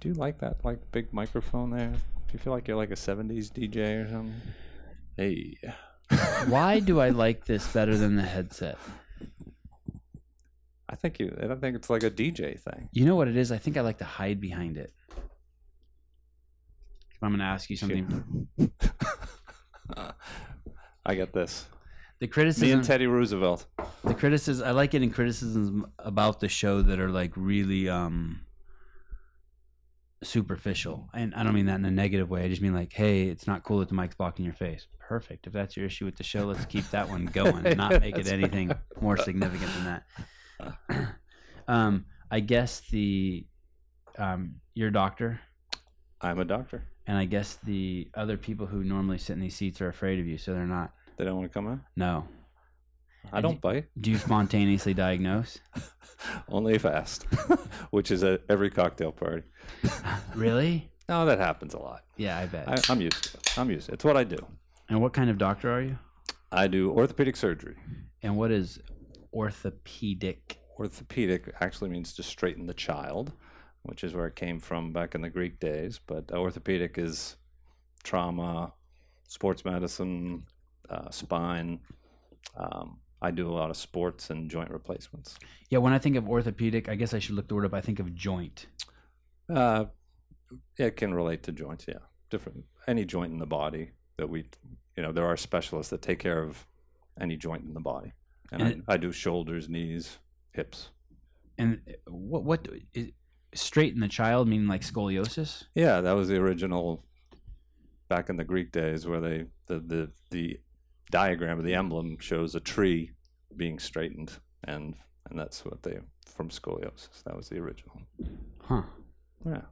Do you like that like big microphone there? Do you feel like you're like a '70s DJ or something? Hey, Why do I like this better than the headset? I think you. I don't think it's like a DJ thing. You know what it is? I think I like to hide behind it. If I'm going to ask you something. I got this. The Me criticism, and Teddy Roosevelt. the criticism, I like getting criticisms about the show that are like really um superficial. And I don't mean that in a negative way. I just mean like, hey, it's not cool that the mic's blocking your face. Perfect. If that's your issue with the show, let's keep that one going and not make it That's anything more significant than that. um, I guess the um your doctor I'm a doctor. and I guess the other people who normally sit in these seats are afraid of you, so they're not. They don't want to come in. No. I don't bite. Do you spontaneously diagnose? Only if asked, which is at every cocktail party. Really? No, that happens a lot. Yeah, I bet. I, I'm used to it. I'm used to it. It's what I do. and what kind of doctor are you? I do orthopedic surgery. And what is orthopedic? Orthopedic actually means to straighten the child, which is where it came from back in the Greek days. But orthopedic is trauma, sports medicine, uh, spine. Um, I do a lot of sports and joint replacements. Yeah, when I think of orthopedic, I guess I should look the word up. I think of joint. Uh, it can relate to joints, yeah. Different any joint in the body that we, you know, there are specialists that take care of any joint in the body, and, And it- I, I do shoulders, knees, hips. And what what is straighten the child meaning like scoliosis? Yeah, that was the original back in the Greek days where they the the, the diagram of the emblem shows a tree being straightened, and and that's what they from scoliosis. That was the original. Huh. Yeah.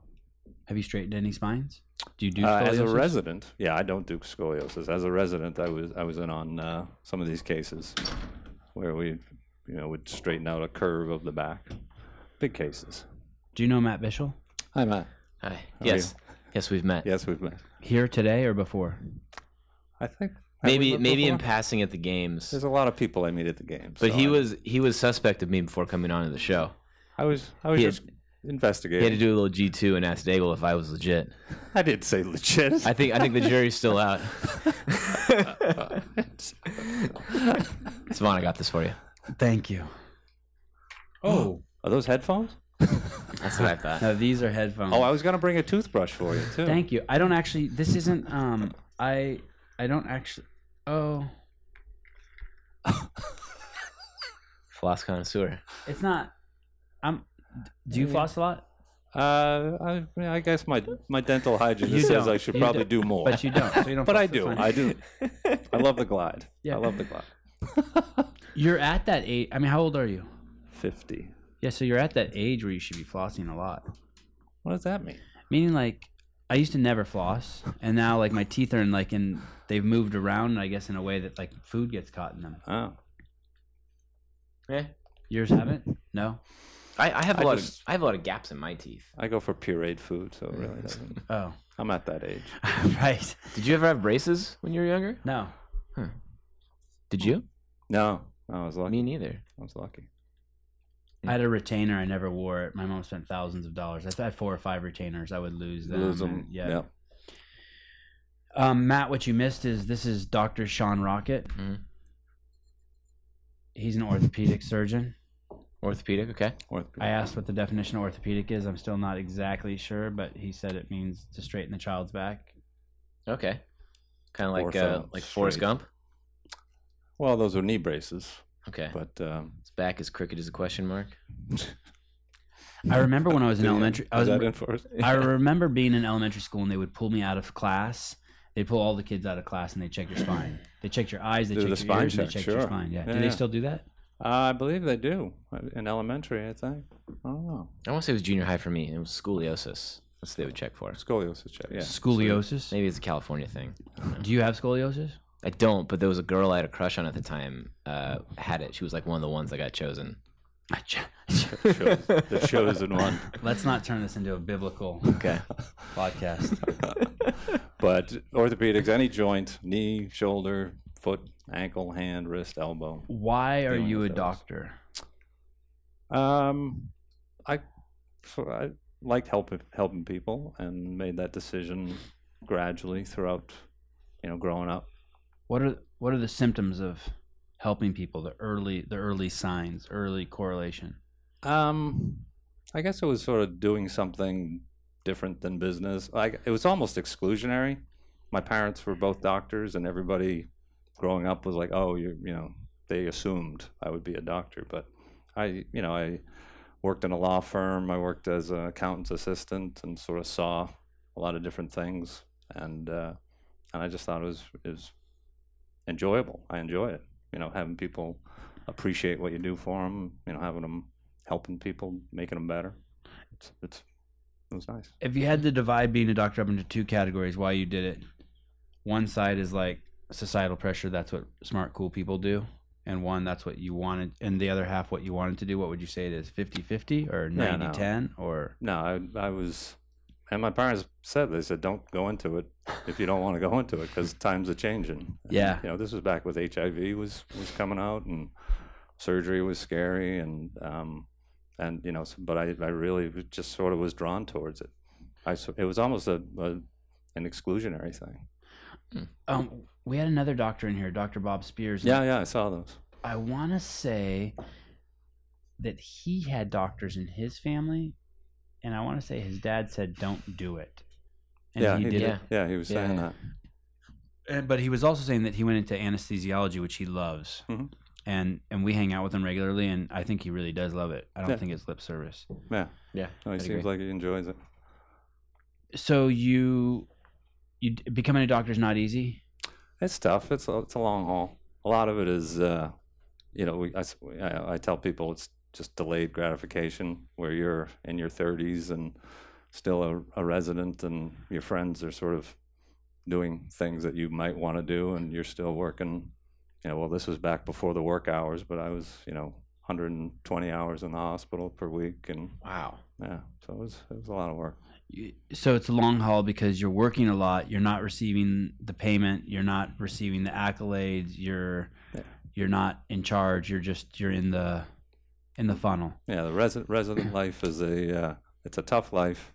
Have you straightened any spines? Do you do Uh, as a scoliosis? resident, yeah, I don't do scoliosis. As a resident, I was I was in on uh, some of these cases where we, you know, would straighten out a curve of the back. Big cases. do you know Matt Bishel? Hi, Matt. Hi. are Yes. Yes, we've met. Yes, we've met. Here today or before? I think have we Maybe met maybe in before? passing at the games. There's a lot of people I meet at the games. But so he I- was he was suspect of me before coming on to the show. I was I was he had- just He had to investigating. do a little G two and ask Daigle if I was legit. I did say legit. I think I think the jury's still out. Savon, I got this for you. Thank you. Oh. Are those headphones? That's what I thought. now these are headphones. Oh, I was gonna bring a toothbrush for you too. Thank you. I don't actually. This isn't. Um. I. I don't actually. Oh. Floss connoisseur. It's not. I'm. Do you floss a lot? Uh, I, I guess my my dental You hygienist says don't. I should You probably do don't. more. But you don't. So you don't. But I floss, that's do. fine. I do. I love the glide. Yeah. I love the glide. You're at that age. I mean, how old are you? 50. Yeah. So you're at that age where you should be flossing a lot. What does that mean? Meaning, like, I used to never floss, and now like my teeth are in like in they've moved around. I guess in a way that like food gets caught in them. Oh. Yeah. Yours haven't? No. I, I have a I lot just- of I have a lot of gaps in my teeth. I go for pureed food, so it really doesn't. Oh. I'm at that age. right. Did you ever have braces when you were younger? No. Did you? No, I was lucky. Me neither. I was lucky. I had a retainer. I never wore it. My mom spent thousands of dollars. I had four or five retainers. I would lose them. Lose 'em, and- Yeah. yeah. Um, Matt, what you missed is this is Doctor Sean Rocket. Mm. Mhm. He's an orthopedic surgeon. Orthopedic. Okay. Orthopedic. I asked what the definition of orthopedic is. I'm still not exactly sure, but he said it means to straighten the child's back. Okay. Kind of like uh, Ortho, like Forrest straight. Gump. Well, those were knee braces, Okay. but um, His back is crooked as a question mark. I remember when I was in yeah. elementary. I was. Is in- that in for us? I remember being in elementary school and they would pull me out of class. They would pull all the kids out of class and they check your spine. They checked your eyes. They Do the checked your spine ears. and they check, checked sure. your spine. Yeah. Yeah, do they yeah. still do that? I believe they do uh, in elementary. I think. I don't know. I want to say it was junior high for me. It was scoliosis. That's what they would check for. Scoliosis. Check. Yeah. Scoliosis. Maybe it's a California thing. Do you have scoliosis? I don't, but there was a girl I had a crush on at the time. Uh, had it. She was like one of the ones that got chosen. Chose- the chosen one. Let's not turn this into a biblical Okay. podcast. But orthopedics, any joint, knee, shoulder, foot, ankle, hand, wrist, elbow. Why are Dealing you a with those. doctor? Um, I, so I liked helping helping people and made that decision gradually throughout, you know, growing up. What are what are the symptoms of helping people? The early the early signs, early correlation. Um, I guess it was sort of doing something different than business. Like it was almost exclusionary. My parents were both doctors, and everybody growing up was like, "Oh, you you know," they assumed I would be a doctor. But I, you know, I worked in a law firm. I worked as an accountant's assistant, and sort of saw a lot of different things, and uh, and I just thought it was it was enjoyable. I enjoy it. You know, having people appreciate what you do for them. You know, having them helping people, making them better. It's it's it was nice. If you had to divide being a doctor up into two categories, why you did it? One side is like societal pressure. That's what smart, cool people do. And one, that's what you wanted. And the other half, what you wanted to do. What would you say it is? 50 50 or No, 90 no. 10 or. No, I I was, and my parents said they said don't go into it if you don't want to go into it because times are changing. And, Yeah. you know this was back with HIV was was coming out and surgery was scary and um and you know s- but I I really was- just sort of was drawn towards it. I s- it was almost a, a an exclusionary thing. Um, we had another doctor in here, Dr. Bob Spears. and Yeah, yeah, I saw those. I want to say that he had doctors in his family, and I want to say his dad said, "Don't do it." And yeah, he, did did. it. Yeah, he was saying Yeah. that. And- But he was also saying that he went into anesthesiology, which he loves, Mhm. and and we hang out with him regularly, and I think he really does love it. I don't Yeah. think it's lip service. Yeah, Yeah. no, Oh, he I'd seems agree. like he enjoys it. So you, you becoming a doctor is not easy. It's tough. It's a, it's a long haul. A lot of it is, uh, you know, we, I, s- I- I tell people it's just delayed gratification where you're in your 30s and still a, a resident and your friends are sort of doing things that you might want to do and you're still working. You know, well, this was back before the work hours, but I was, you know, 120 hours in the hospital per week. And Wow. yeah, so it was, it was a lot of work. You- So it's a long haul because you're working a lot. You're not receiving the payment. You're not receiving the accolades. You're Yeah. you're not in charge. You're just you're in the in the funnel. Yeah, the resident resident life is a uh, it's a tough life.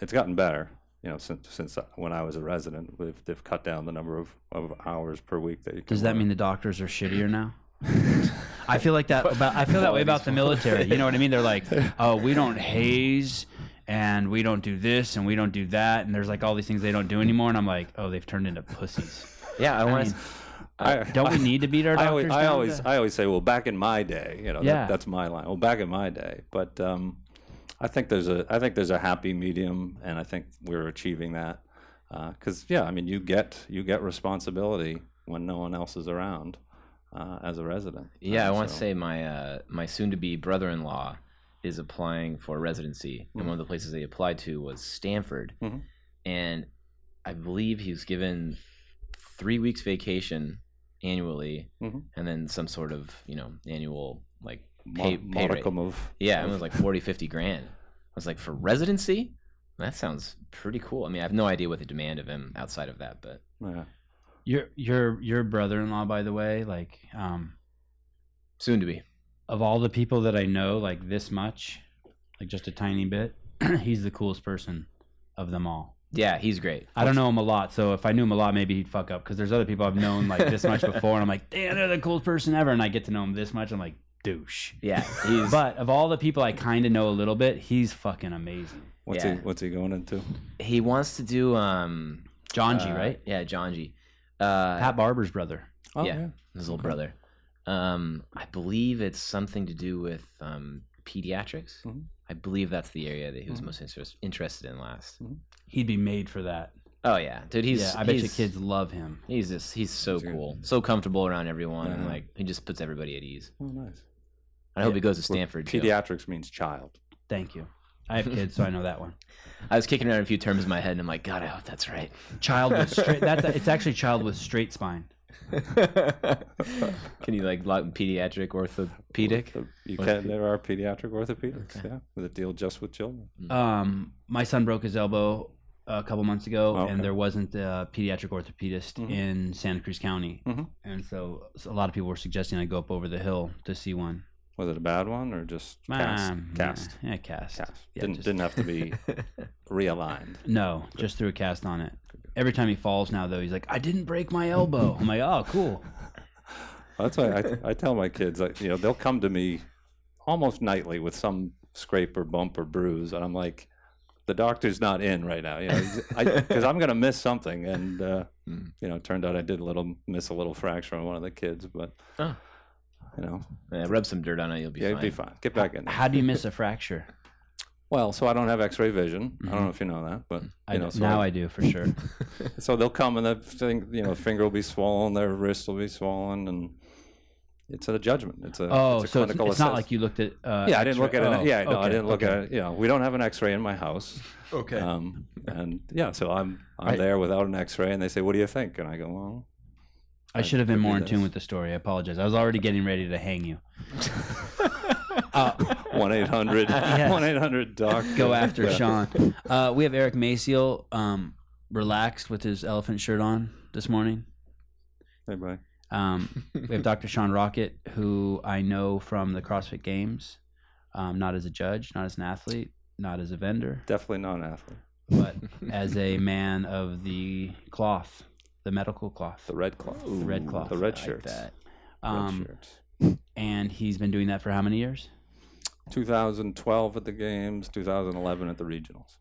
It's gotten better, you know, since since when I was a resident, we've they've cut down the number of, of hours per week that you can. Does that work. mean the doctors are shittier now? I feel like that about I feel that way about the military. You know what I mean? They're like, "Oh, we don't haze and we don't do this and we don't do that." And there's like all these things they don't do anymore and I'm like, "Oh, they've turned into pussies." Yeah, I want to. I, Don't we need to beat our I doctors? always, I down always, to- I always say, well, back in my day, you know, Yeah. that, that's my line. Well, back in my day, but um, I think there's a, I think there's a happy medium, and I think we're achieving that. Because yeah, I mean, you get, you get responsibility when no one else is around uh, as a resident. Yeah, I Uh, want to so- say my uh, my soon-to-be brother-in-law is applying for residency, and one of the places they applied to was Stanford, Mhm. and I believe he was given three weeks vacation annually, Mhm. and then some sort of you know annual like Mo- pay, pay rate. modicum of Yeah, and it was like 40, 50 grand. I was like, for residency, that sounds pretty cool. I mean, I have no idea what the demand of him outside of that, but Yeah. Your your your brother-in-law by the way, like um soon-to-be. of all the people that I know like this much, like just a tiny bit, he's the coolest person of them all. Yeah, he's great. I don't know him a lot, so if I knew him a lot, maybe he'd fuck up. Because there's other people I've known like this much before, and I'm like, damn, they're the coolest person ever. And I get to know him this much, I'm like, douche. Yeah, he's But of all the people I kind of know a little bit, he's fucking amazing. What's Yeah. he What's he going into? he wants to do um Jonji, uh, right? Yeah, John G. Uh, Pat Barber's brother. Oh, yeah, his little brother. Um, I believe it's something to do with um, pediatrics. Mm-hmm. Mhm. I believe that's the area that he was Mhm. most interest, interested in last. He'd be made for that. Oh yeah, dude, he's. yeah, I bet you he's- kids love him. He's just he's so He's good. cool, so comfortable around everyone, and Uh-huh. Yeah. like he just puts everybody at ease. Oh, nice. I hope he goes to Stanford. too. Pediatrics means child. Thank you. I have kids, so I know that one. I was kicking around a few terms in my head, and I'm like, God, I hope that's right. Child with straight. That's it's actually child with straight spine. Can you like lock pediatric orthopedic? Ortho- You can. There are pediatric orthopedics. Yeah, that deal just with children. Um, my son broke his elbow a couple months ago, Oh, Okay. Mm-hmm. and there wasn't a pediatric orthopedist in Santa Cruz County, Mhm. and so, so a lot of people were suggesting I go up over the hill to see one. Was it a bad one or just cast? Um, cast. Yeah, yeah, cast. Cast. Yeah, didn't just- didn't have to be realigned. No, just threw a cast on it. Every time he falls now, though, he's like, "I didn't break my elbow." I'm like, "Oh, cool." That's why I, I tell my kids, like, you know, they'll come to me almost nightly with some scrape or bump or bruise, and I'm like, the doctor's not in right now, you know, because I'm gonna miss something. And uh, Hmm. Mm. you know, it turned out I did a little miss a little fracture on one of the kids, but Oh. you know, Yeah, rub some dirt on it. You'll be yeah, fine. it'd be fine. Get back in. There. How do you miss a fracture? Well, so I don't have X-ray vision. I Mhm. don't know if you know that, but you I know, know. so now I- I do for sure. so they'll come and the thing, you know, finger will be swollen, their wrist will be swollen, and it's a judgment. It's a Oh, it's a so it's, clinical it's not assess- like you looked at. Uh, yeah, I didn't look at X-ray- it. oh, yeah, no, I okay, didn't look okay. at it. You know, we don't have an X-ray in my house. okay. Um, and yeah, so I'm I'm I- there without an X-ray, and they say, "What do you think?" And I go, "Well, I should have been Could more be in tune this. with the story. I apologize. I was already getting ready to hang you. one eight hundred, Uh, Yes. one eight hundred doc, uh, Go after Yeah. Sean. Uh, we have Eric Maciel um, relaxed with his elephant shirt on this morning. Hey, bye. Um, we have Dr. Sean Rocket, who I know from the CrossFit Games, um, not as a judge, not as an athlete, not as a vendor, Definitely not an athlete. but as a man of the cloth, the medical cloth, The red cloth, the red cloth, the red I like shirts, that. red Um, shirts. And he's been doing that for how many years? 2012 at the games, 2011 at the regionals.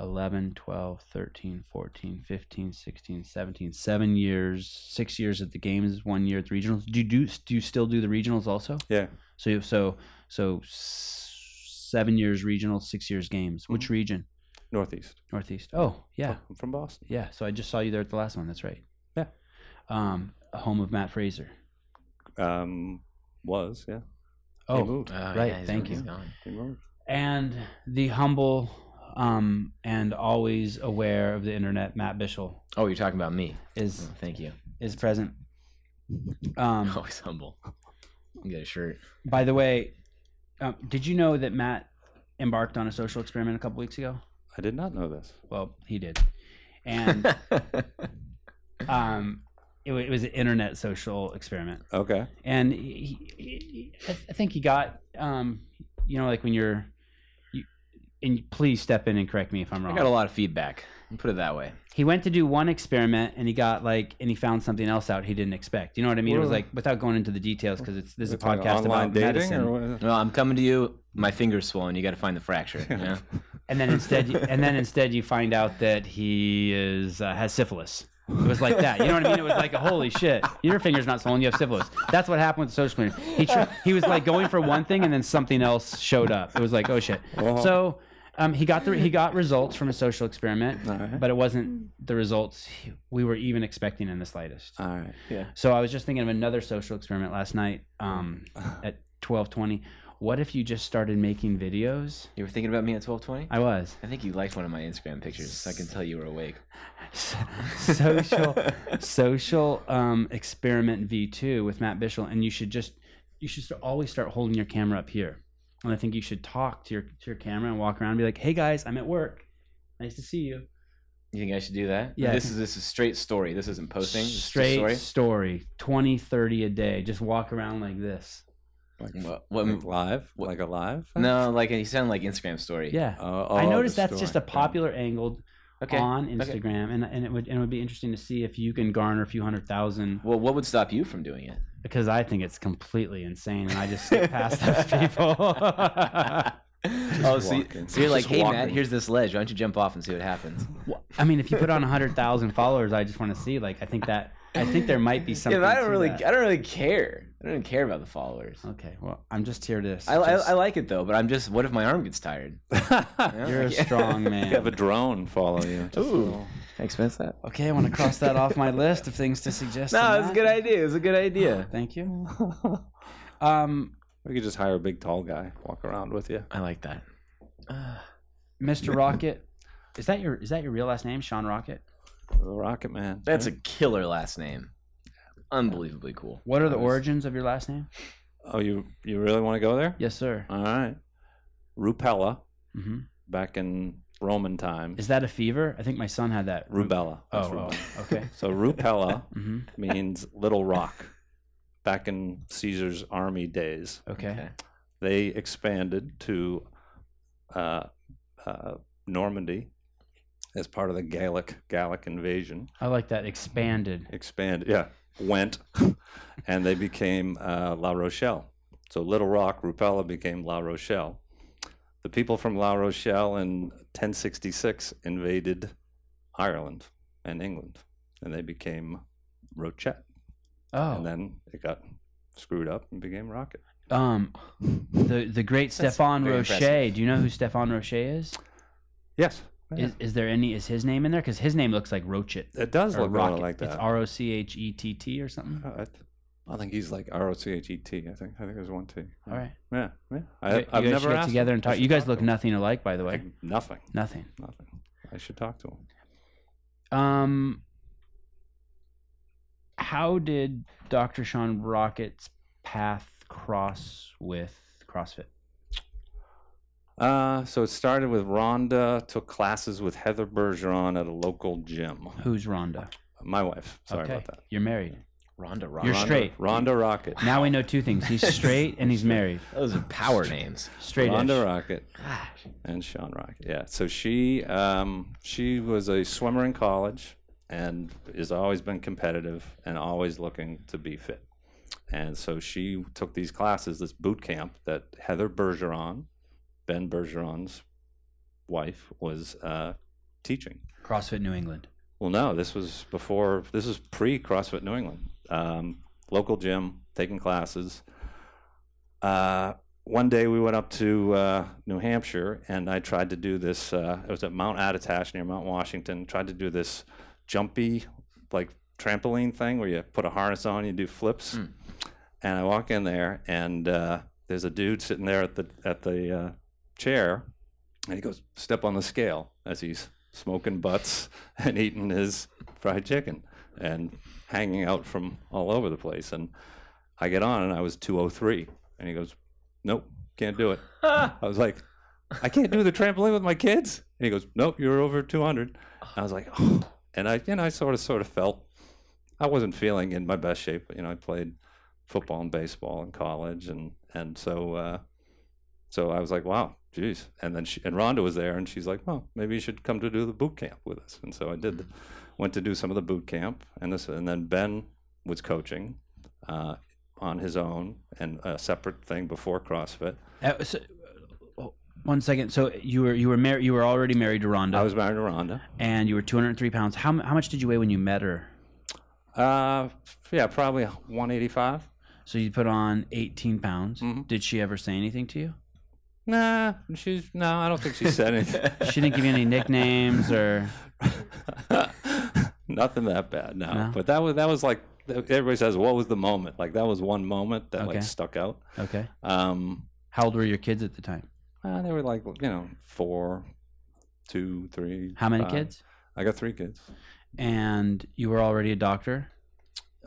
11, 12, 13, 14, 15, 16, 17, seven years, six years at the games, one year at the regionals. Do you do, do you still do the regionals also? Yeah, So you so so s- seven years regional, six years games. Which region? Northeast. Northeast. Oh yeah, I'm from Boston. yeah. So I just saw you there at the last one. That's right. Yeah. Um, home of Matt Fraser. Um, was yeah. He Oh, moved. uh, Right, thank you. He moved. and the humble um and always aware of the internet, Matt Bishel Oh, you're talking about me. is Oh, thank you. is present. Um, Always humble. Get a shirt. by the way, um, did you know that Matt embarked on a social experiment a couple weeks ago? I did not know this. Well, he did, and um, it, wa- it was an internet social experiment, Okay. and he, he, he- I th- I think he got, um, you know, like when you're, you, and please step in and correct me if I'm I wrong. got a lot of feedback. Put it that way. he went to do one experiment, and he got like, and he found something else out he didn't expect. You know what I mean? It was Well- like without going into the details because it's this is a Like podcast online about dating medicine. or what is it? Well, I'm coming to you. My finger's swollen. You got to find the fracture. You know? and then instead, you, and then instead, you find out that he is uh, has syphilis. It was like that. You know what I mean? It was like, a, holy shit, your finger's not swollen. You have syphilis. That's what happened with the social cleaner. He tr- he was like going for one thing, and then something else showed up. It was like, oh shit. Uh-huh. So. Um, he got the he got results from a social experiment, All right. but it wasn't the results he- we were even expecting in the slightest. All right. Yeah. So I was just thinking of another social experiment last night um, Uh. at twelve twenty. What if you just started making videos? You were thinking about me at 12:20. I was. I think you liked one of my Instagram pictures. So I can tell you were awake. social social um, experiment V2 with Matt Bishel, and you should just you should st- always start holding your camera up here. And I think you should talk to your to your camera and walk around and be like, "Hey guys, I'm at work. Nice to see you." You think I should do that? Yeah. This is this is straight story. This isn't posting. This is just Straight story. story, 20, 30 a day. Just walk around like this. Like, What, like what, live? what- Like a live? no, like you sound like Instagram story. Yeah. Oh, I oh, noticed the that's just a story. popular angle Okay. on Instagram, and, and it would and it would be interesting to see if you can garner a few hundred thousand Well, what would stop you from doing it? because I think it's completely insane, and I just skip past those people. oh, so, you, walking. so you're like, Just hey, Matt, walking. here's this ledge. Why don't you jump off and see what happens? I mean, if you put on hundred thousand followers, I just want to see. Like, I think that I think there might be Yeah, something. but I don't to really, that. I don't really care. I don't care about the followers. Okay, well, I'm just here to. I, I, suggest- I like it though, but I'm just, what if my arm gets tired? You know, you're a like- strong You have a man. drone follow you. Just a Ooh. little- Thanks, Vince. That. Okay, I want to cross that off my list of things to suggest. No, to it's a Matt. good idea. It was a good idea. Thank you. Um, We could just hire a big tall guy, walk around with you. I like that. Uh, Mr. Rocket, is that your is that your real last name, Sean Rocket? The Rocket Man. that's a killer last name. Unbelievably cool. What are the That was- origins of your last name? Oh, you you really want to go there? Yes, sir. Uh, All right. Rupella, hmm back in Roman time. Is that a fever? I think my son had that. Rubella. Oh, That's oh, Rubella. okay. So Rupella hmm means little rock. back in Caesar's army days. Okay. They expanded to uh, uh, Normandy as part of the Gaelic Gallic invasion. I like that expanded. Expand, yeah, went, and they became uh, La Rochelle. So Little Rock, Rupella became La Rochelle. The people from La Rochelle in 1066 invaded Ireland and England, and they became Rochette. Oh, And then it got screwed up and became Rocket. um, the the great That's Stefan very Roche. impressive. Do you know who Stefan Roche is? Yes. Yeah. Is is there any? Is his name in there? Because his name looks like Rochit. It does or look Rocket. rocket. like that. It's R O C H E T T or something. Uh, I, th- I think he's like R O C H E T. I think I think there's one T. All right. Yeah. Yeah. I, You- you I've guys never should get asked together him. and I talk. should You guys look to him. nothing alike, by the way. Like, nothing. Nothing. Nothing. I should talk to him. Um, how did Dr. Sean Rocket's path cross with CrossFit? Uh, so it started with Rhonda. Took classes with Heather Bergeron at a local gym. Who's Rhonda? My wife. Sorry about that. You're married. Ronda Rousey. You're Rhonda, straight. Rhonda Rocket. Now we know two things. He's straight and he's married. Those are power names. Straight Rhonda edge. Rocket. Gosh. and Sean Rock. Yeah. So she um, she was a swimmer in college and has always been competitive and always looking to be fit. And so she took these classes, this boot camp that Heather Bergeron, Ben Bergeron's wife, was uh, teaching. CrossFit New England. Well, no, this was before. This was pre CrossFit New England. Um, local gym, taking classes. Uh, one day we went up to uh, New Hampshire, and I tried to do this. Uh, it was at Mount Attitash near Mount Washington. Tried to do this jumpy, like trampoline thing where you put a harness on, you do flips. Mm. And I walk in there, and uh, there's a dude sitting there at the at the uh, chair, and he goes, step on the scale as he's smoking butts and eating his fried chicken and hanging out from all over the place. And I get on and I was 203. And he goes, Nope, can't do it. I was like, I can't do the trampoline with my kids. And he goes, Nope, you're over 200. I was like, oh. And I, you know, I sort of, sort of felt I wasn't feeling in my best shape. You know, I played football and baseball in college. And, and so, uh, so I was like, wow, geez. And then she, and Rhonda was there, and she's like, well, maybe you should come to do the boot camp with us. And so I did, the, went to do some of the boot camp, and this, and then Ben was coaching uh, on his own and a separate thing before CrossFit. Uh, so, uh, one second. So you were you were married. You were already married to Rhonda, I was married to Rhonda. and you were 203 pounds. How mu- how much did you weigh when you met her? Uh, yeah, probably 185. So you put on 18 pounds. Mhm. Did she ever say anything to you? Nah, she's no, I don't think she said anything. She didn't give you any nicknames or. Nothing that bad, no. No? But that was that was like everybody says, what was the moment? Like that was one moment that Okay. like stuck out. Okay. Um, How old were your kids at the time? Uh, they were like, you know, four, two, three. How many five. kids? I got three kids. And you were already a doctor,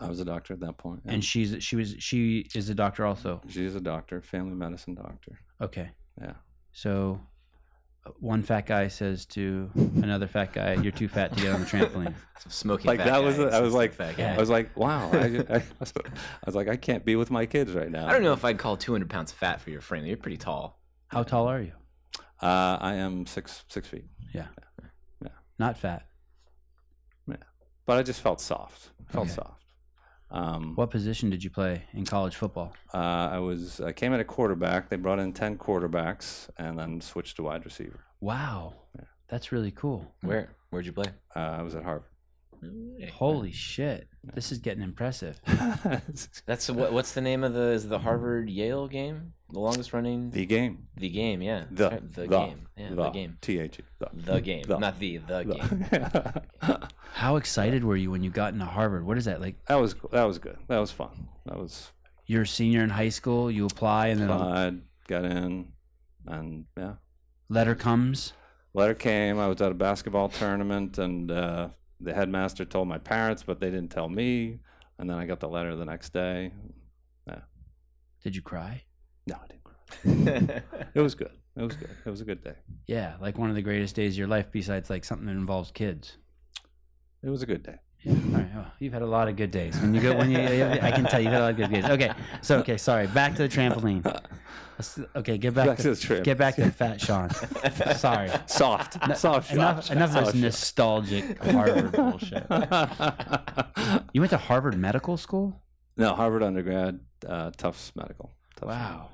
I was a doctor at that point. and she's she was she is a doctor also. she's a doctor, family medicine doctor. Okay. Yeah. So, uh, one fat guy says to another fat guy, "You're too fat to get on the trampoline." Some smoking. Like, fat that was guy. it. I was Some like- fat guy. Yeah. I was like, wow. I, I, was, I was like, I can't be with my kids right now. I don't know if I'd call 200 pounds fat for your frame. You're pretty tall. How tall are you? Uh, I am six six feet, Not fat. but I just felt soft. Felt Okay. soft. Um, What position did you play in college football? uh, I was I came in a quarterback. They brought in ten quarterbacks and then switched to wide receiver. Wow, that's really cool. Where? Where'd you play? Uh, I was at Harvard. Holy shit, this is getting impressive. That's what, what's the name of the is it the Harvard Yale game? The longest running the, the game. game, yeah. The That's right, the, game. Yeah, the, game. T H E. The game. The. Not the the game. that How excited were you when you got into Harvard? What is that like? was that was good. That was fun. That was You're a senior in high school. You apply, and then a fun. I got in, and yeah, letter comes. letter came. I was at a basketball tournament, and uh, the headmaster told my parents, but they didn't tell me. And then I got the letter the next day. Did you cry? No, I didn't. cry. It was good. It was good. It was a good day. Yeah, like one of the greatest days of your life, besides like something that involves kids. It was a good day. All right, well, you've had a lot of good days. When you go, when you, I can tell you've had a lot of good days. Okay, so okay, sorry. Back to the trampoline. Let's- Okay, get back, Back to, to the tramp. get back to Fat Sean. sorry. Soft, soft. Enough, soft, enough of soft. this nostalgic Harvard bullshit. You went to Harvard Medical School? no, Harvard undergrad, uh, Tufts Medical. Tufts Wow.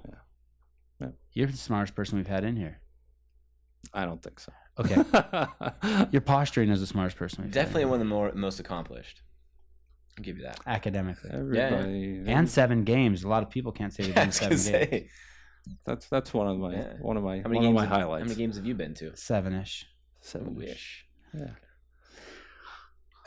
Medical, You're the smartest person we've had in here. yeah. I don't think so. Okay, you're posturing as the smartest person. We've Definitely had one of the more most accomplished. I'll give you that. in here. academically. Everybody, And seven games. A lot of people can't say they've Mm-hmm. I been was seven gonna games. say, that's that's one of my Yeah. one of my how many one of games? my have, How highlights. many games have you been to? Seven ish. Seven Ooh-ish. ish.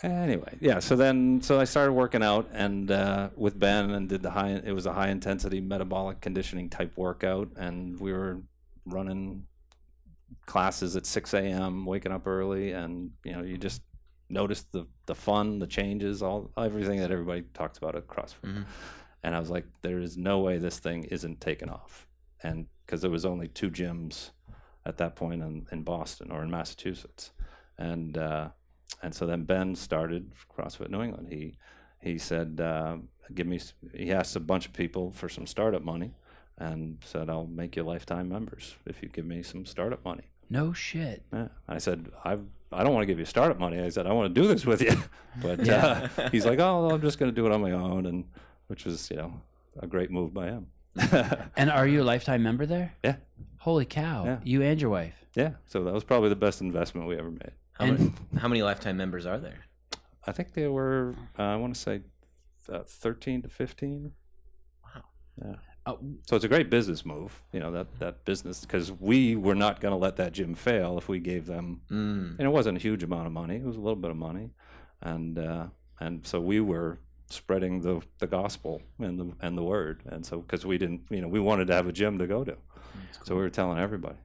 Anyway, yeah. So then, so I started working out and uh, with Ben and did the high. It was a high intensity metabolic conditioning type workout, and we were running classes at 6 a.m., waking up early, and you know, you just noticed the the fun, the changes, all everything that everybody talks about at CrossFit. Mhm. And I was like, there is no way this thing isn't taking off, and because there was only two gyms at that point in, in Boston or in Massachusetts, and uh, and so then Ben started CrossFit New England. He he said, uh, "Give me." s- He asked a bunch of people for some startup money, and said, "I'll make you lifetime members if you give me some startup money." No shit. Yeah. I said, "I I don't want to give you startup money." I said, "I want to do this with you," but Yeah. uh, he's like, "Oh, I'm just going to do it on my own," and which was you know a great move by him. And are you a lifetime member there? Yeah. Holy cow. Yeah. You and your wife. yeah, so that was probably the best investment we ever made. How, many, how many lifetime members are there? I think they were, uh, I want to say, uh, 13 to 15. Uh, So it's a great business move, you know, that, that business, because we were not going to let that gym fail if we gave them, Mm. and it wasn't a huge amount of money, it was a little bit of money. And, uh, and so we were spreading the, the gospel and the, and the word. And so, because we didn't, you know, we wanted to have a gym to go to. So we were telling everybody.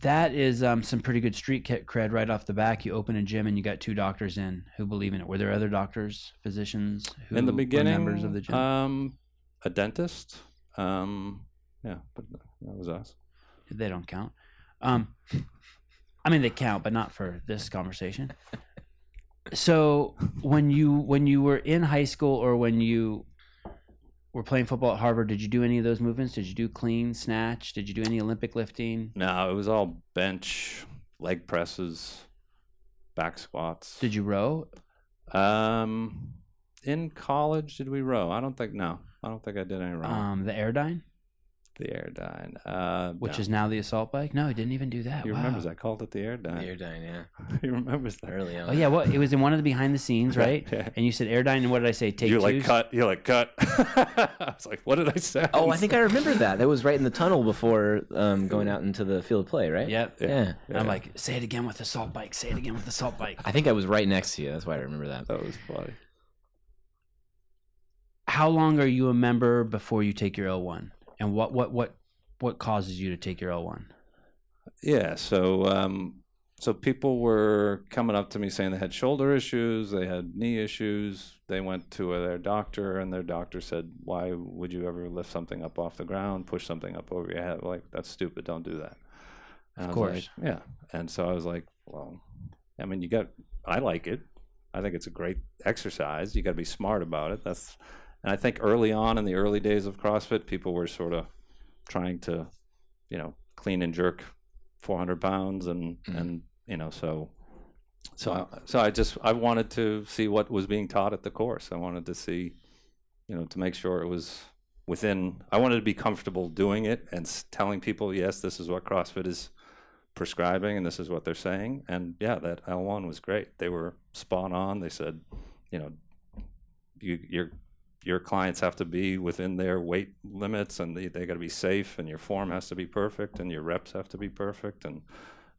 that is um, some pretty good street ca- cred right off the back. You open a gym and you got two doctors in who believe in it. Were there other doctors, physicians who in the were beginning, members of the gym? Um, a dentist. Um, yeah, but that was us. they don't count. Um, I mean, they count, but not for this conversation. So when you when you were in high school or when you were playing football at Harvard, did you do any of those movements? Did you do clean, snatch? Did you do any Olympic lifting? No, it was all bench, leg presses, back squats. Did you row? um, in college, did we row? I don't think. No, I don't think I did any rowing. Um, the Airdyne, the Airdyne, uh, no. which is now the assault bike. No, he didn't even do that. he wow. remembers. I called it the Airdyne. You're dying, yeah. he remembers that. Early on. Oh yeah, well, it was in one of the behind the scenes, right? Yeah. And you said Airdyne, and what did I say? Take You're like twos? cut. You're like cut. I was like, what did I say? Oh, I think I remember that. That was right in the tunnel before um, going out into the field of play, right? Yep. Yeah. And I'm like, say it again with the assault bike. Say it again with the assault bike. I think I was right next to you. That's why I remember that. that was funny. how long are you a member before you take your L1? And what what what what causes you to take your L1? Yeah, so um, so people were coming up to me saying they had shoulder issues, they had knee issues. They went to their doctor, and their doctor said, "Why would you ever lift something up off the ground, push something up over your head? Like that's stupid. Don't do that." And Of I was course. like, yeah. And so I was like, "Well, I mean, you got. I like it. I think it's a great exercise. You got to be smart about it. That's." And I think early on in the early days of CrossFit, people were sort of trying to, you know, clean and jerk 400 pounds and Mhm. and you know so so I, so I just I wanted to see what was being taught at the course. I wanted to see you know to make sure it was within I wanted to be comfortable doing it and s- telling people yes this is what CrossFit is prescribing and this is what they're saying and yeah that L1 was great. They were spot on. They said you know you your your clients have to be within their weight limits and they, they got to be safe and your form has to be perfect and your reps have to be perfect and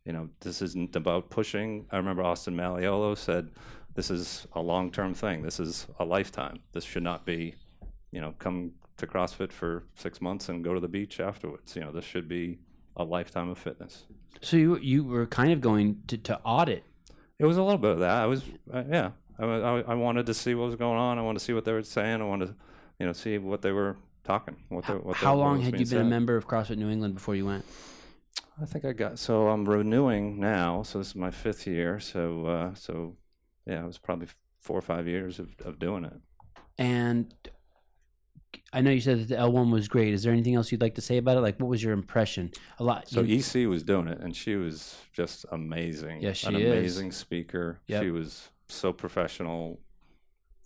you know this isn't about pushing i remember austin maliolo said this is a long-term thing this is a lifetime this should not be you know come to crossfit for six months and go to the beach afterwards you know this should be a lifetime of fitness So you you were kind of going to, to audit. it was a little bit of that. I was, uh, yeah, I, wa- I, I wanted to see what was going on. I wanted to see what they were saying. I wanted to, you know, see what they were talking. What they, what they- How what long was had you being been a said. member of CrossFit New England before you went? I think I got so I'm renewing now. So this is my fifth year. So uh, so yeah, it was probably four or five years of, of doing it. And I know you said that the L1 was great. Is there anything else you'd like to say about it? Like, what was your impression? A lot. So you- EC was doing it, and she was just amazing. Yes, she an is. amazing speaker. Yep. She was so professional,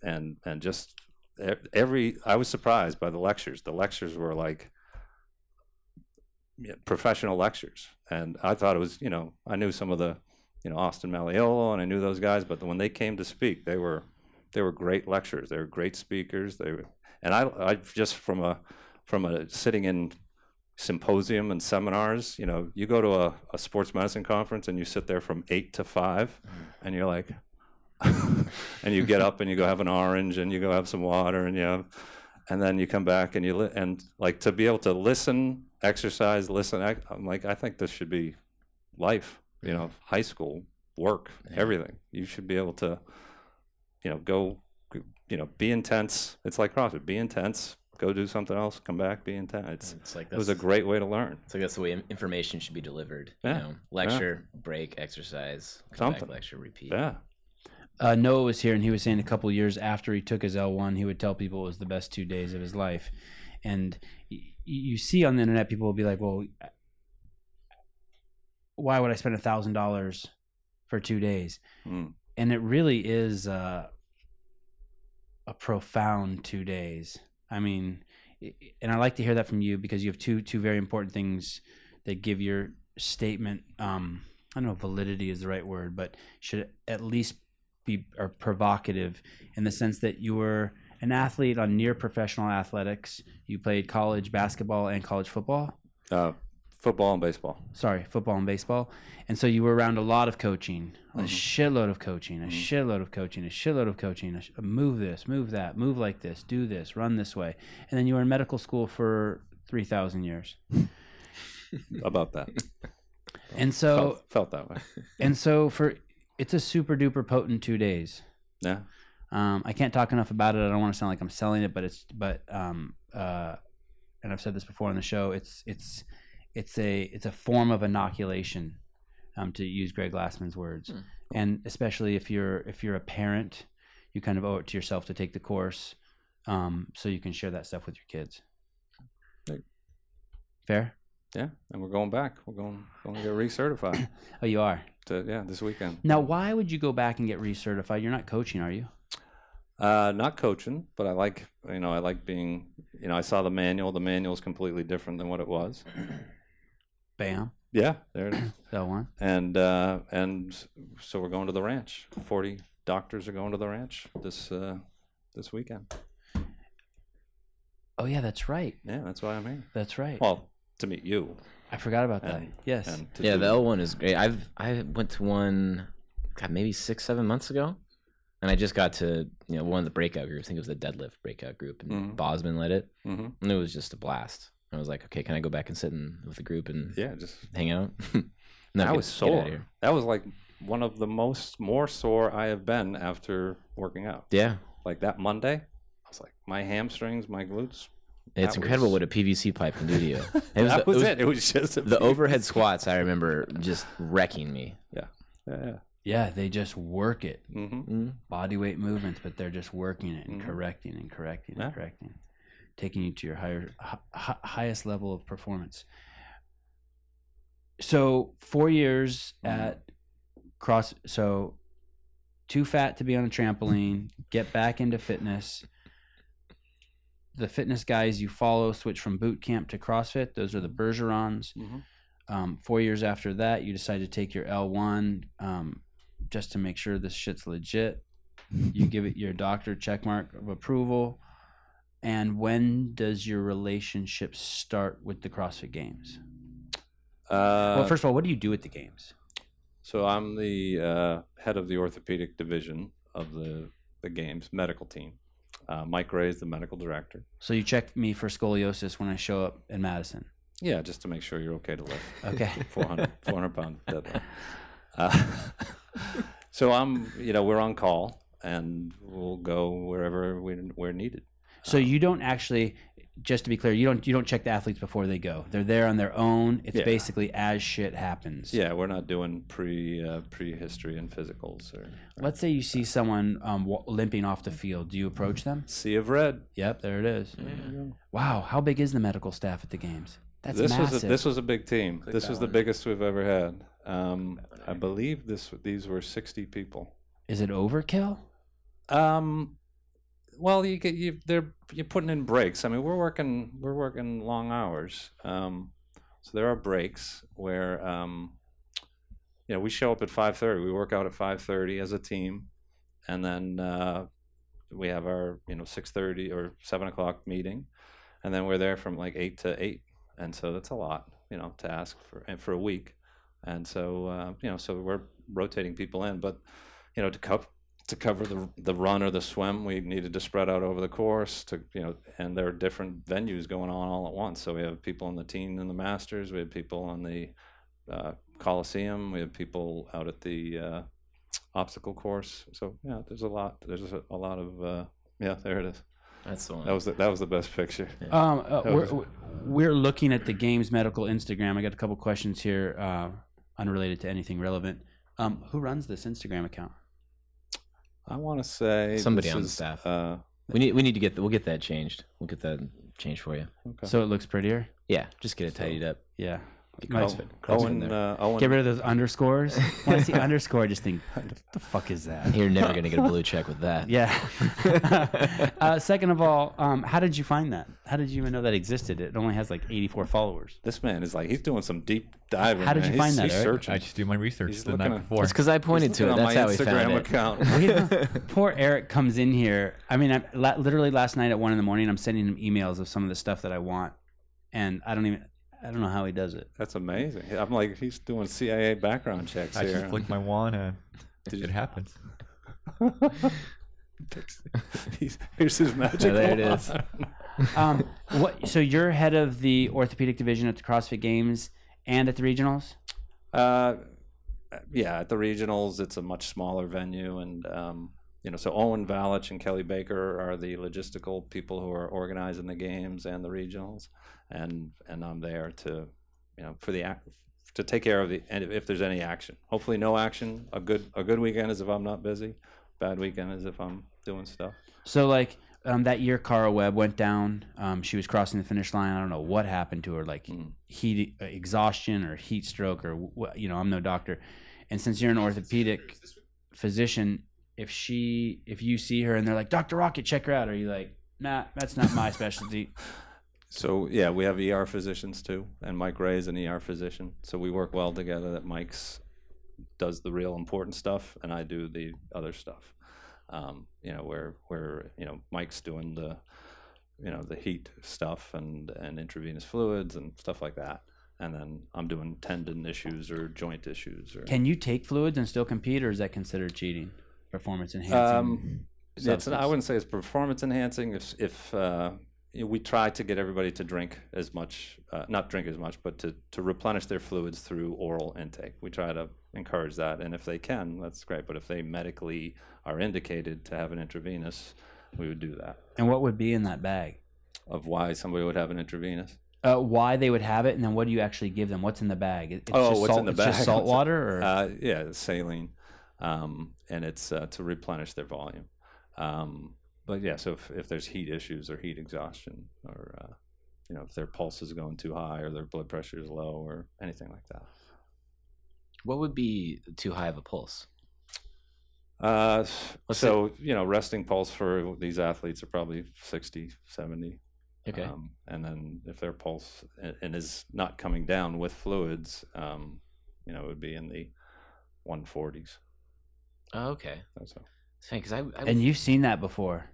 and and just e- every I was surprised by the lectures. The lectures were like yeah, professional lectures, and I thought it was you know I knew some of the you know Austin Maliolo and I knew those guys, but when they came to speak, they were they were great lectures. They were great speakers. They were, and I I just from a from a sitting in symposium and seminars. You know, you go to a, a sports medicine conference and you sit there from eight to five, and you're like, and you get up and you go have an orange and you go have some water and you have, and then you come back and you li- and like to be able to listen, exercise, listen. I, I'm like, I think this should be life. You know, high school, work, everything. You should be able to, you know, go. You know, be intense. It's like CrossFit. Be intense. Go do something else. Come back. Be intense. It's It's like it was a great way to learn. It's like that's the way in- information should be delivered. Yeah. You know, lecture, break, exercise, come Something. back, lecture, repeat. Yeah. uh, Noah was here, and he was saying a couple years after he took his L1, he would tell people it was the best two days of his life. And y- you see on the internet, people will be like, "Well, why would I spend a thousand dollars for two days?" Mm. And it really is uh, a profound two days. I mean, i- and I like to hear that from you because you have two two very important things that give your statement. Um, I don't know if validity is the right word, but should at least be or provocative in the sense that you were an athlete on near professional athletics. You played college basketball and college football. Uh, football and baseball. Sorry, football and baseball. And so you were around a lot of coaching, a Mhm. shitload of coaching, a Mhm. shitload of coaching, a shitload of coaching. A sh- move this, move that, move like this, do this, run this way. And then you were in medical school for 3,000 years. About that. And so, felt, felt that way. and so for it's a super duper potent two days. Yeah. Um, I can't talk enough about it. I don't want to sound like I'm selling it, but it's but um uh, and I've said this before on the show. It's it's it's a it's a form of inoculation, um, to use Greg Glassman's words, Hmm. and especially if you're if you're a parent, you kind of owe it to yourself to take the course, um, so you can share that stuff with your kids. Right. Fair? Yeah. And we're going back. We're going going to get recertified. Oh, you are. to, yeah, this weekend. Now, why would you go back and get recertified? You're not coaching, are you? Uh, not coaching, but I like you know I like being you know I saw the manual. The manual's completely different than what it was. Bam, Yeah, there it is. that one. and uh, and so we're going to the ranch. Forty doctors are going to the ranch this uh, this weekend. Oh yeah, that's right. Yeah, that's why I'm here. That's right. Well, to meet you. I forgot about that. And- yes. And to Yeah, do- the L one is great. I've I went to one, God, maybe six seven months ago, and I just got to you know one of the breakout groups. I think it was the deadlift breakout group, and Mhm. Bosman led it, Mhm. and it was just a blast. I was like, okay, can I go back and sit in with the group and Yeah, just hang out? no, I get- was get outta sore. That was like one of the most more sore I have been after working out. Yeah, Like that Monday, I was like my hamstrings, my glutes. That it's incredible was- what a PVC pipe can do to you. It was the- that was it, it. was just a The few- overhead squats, I remember just wrecking me. Yeah. Yeah, they just work it. hmm Mm. Body weight movements, but they're just working it and Mhm. correcting and correcting and Yeah. correcting, taking you to your higher, hi- hi- highest level of performance. So four years at cross. So too fat to be on a trampoline. Get back into fitness. The fitness guys you follow switch from boot camp to CrossFit. Those are the Bergerons. Mhm. Um, four years after that, you decide to take your L1 um, just to make sure this shit's legit. You give it your doctor check mark of approval. And when does your relationship start with the CrossFit Games? Uh, well, first of all, what do you do at the games? so I'm the uh, head of the orthopedic division of the the games medical team. Uh, Mike Ray is the medical director. So you check me for scoliosis when I show up in Madison. Yeah, just to make sure you're okay to lift. Okay. 400, 400 pound deadlift. Uh, so I'm, you know, we're on call and we'll go wherever we, we're needed. Oh. So you don't actually just to be clear, you don't you don't check the athletes before they go. They're there on their own. It's Yeah. basically as shit happens. Yeah, we're not doing pre uh, pre history and physicals or Let's say you see someone um, wa- limping off the field. Do you approach them? Sea of Red. Yep, there it is. Wow, how big is the medical staff at the games? That's this massive. was a, this was a big team. this was the biggest we've ever had. Um, I believe this these were sixty people. is it overkill? Um, well, you get you they're you're putting in breaks. I mean, we're working we're working long hours. Um, so there are breaks where um, you know, we show up at five thirty. We work out at five thirty as a team, and then uh, we have our you know six thirty or seven o'clock meeting, and then we're there from like eight to eight. And so that's a lot, you know, to ask for and for a week. And so uh, you know, so we're rotating people in, but you know, to cover to cover the the run or the swim, we needed to spread out over the course to you know, and there are different venues going on all at once. So we have people on the teen and the masters, we have people on the uh, Coliseum, we have people out at the uh, obstacle course. So yeah, there's a lot. There's a, a lot of uh, yeah. There it is. That's the one. That was the, that was the best picture. Um, uh, Oh, we're, we're looking at the games medical Instagram. I got a couple questions here, uh, unrelated to anything relevant. Um, who runs this Instagram account? I want to say Somebody this on the is, staff. Uh, we need we need to get we'll get that changed. We'll get that changed for you. okay. So it looks prettier. Yeah, just get it tidied up. Yeah. Oh, Mine's- Owen, uh, Owen, Get rid of those underscores. When I see underscore, I just think, what the fuck is that? You're never gonna get a blue check with that. Yeah. uh, second of all, um, how did you find that? How did you even know that existed? It only has like 84 followers. this man is like he's doing some deep diving. How did man. you He's- find that, He's Eric? searching. I just do my research He's the looking night at- before. It's because I pointed to it. Looking That's how on my we Instagram found it. account. Poor Eric comes in here. I mean, I'm, la- literally last night at one in the morning, I'm sending him emails of some of the stuff that I want, and I don't even, I don't know how he does it. That's amazing. I'm like he's doing CIA background checks I here. just flick my wand and Did it you- happens. He's- here's his magic. Yeah, there it is. Um, what? So you're head of the orthopedic division at the CrossFit Games and at the regionals. Uh, yeah, at the regionals, it's a much smaller venue, and um, you know, so Owen Valich and Kelly Baker are the logistical people who are organizing the games and the regionals, and and I'm there to, you know, for the ac- to take care of the and if there's any action. Hopefully, no action. A good a good weekend is if I'm not busy. Bad weekend is if I'm doing stuff. So like um, that year, Cara Webb went down. Um, she was crossing the finish line. I don't know what happened to her, like Mm. heat uh, exhaustion or heat stroke or wh- you know. I'm no doctor, and since you're an orthopedic physician, if she if you see her and they're like Doctor Rocket, check her out, are you like Nah, that's not my specialty. So yeah, we have ER physicians too, and Mike Ray is an ER physician. So we work well together. That Mike's does the real important stuff, and I do the other stuff. Um, you know, where where you know Mike's doing the you know the heat stuff and and intravenous fluids and stuff like that, and then I'm doing tendon issues or joint issues or Can you take fluids and still compete, or is that considered cheating? Performance enhancing. Um, it's, I wouldn't say it's performance enhancing. If, if uh, you know, we try to get everybody to drink as much, uh, not drink as much, but to, to replenish their fluids through oral intake. We try to encourage that. And if they can, that's great. But if they medically are indicated to have an intravenous, we would do that. and what would be in that bag? Of why somebody would have an intravenous. Uh, why they would have it, and then what do you actually give them? What's in the bag? It- It's Oh, just what's salt, in the it's Just bag? salt water, or Uh, yeah, it's saline, um, and it's uh, to replenish their volume. Um, but yeah, so if, if there's heat issues or heat exhaustion, or uh, you know if their pulse is going too high or their blood pressure is low or anything like that. What would be too high of a pulse? Uh, Let's so you know, resting pulse for these athletes are probably 60, 70. Okay. Um, and then if their pulse and, and is not coming down with fluids, um, you know, it would be in the 140s. oh, okay. That's all. Because I, I and you've seen that before.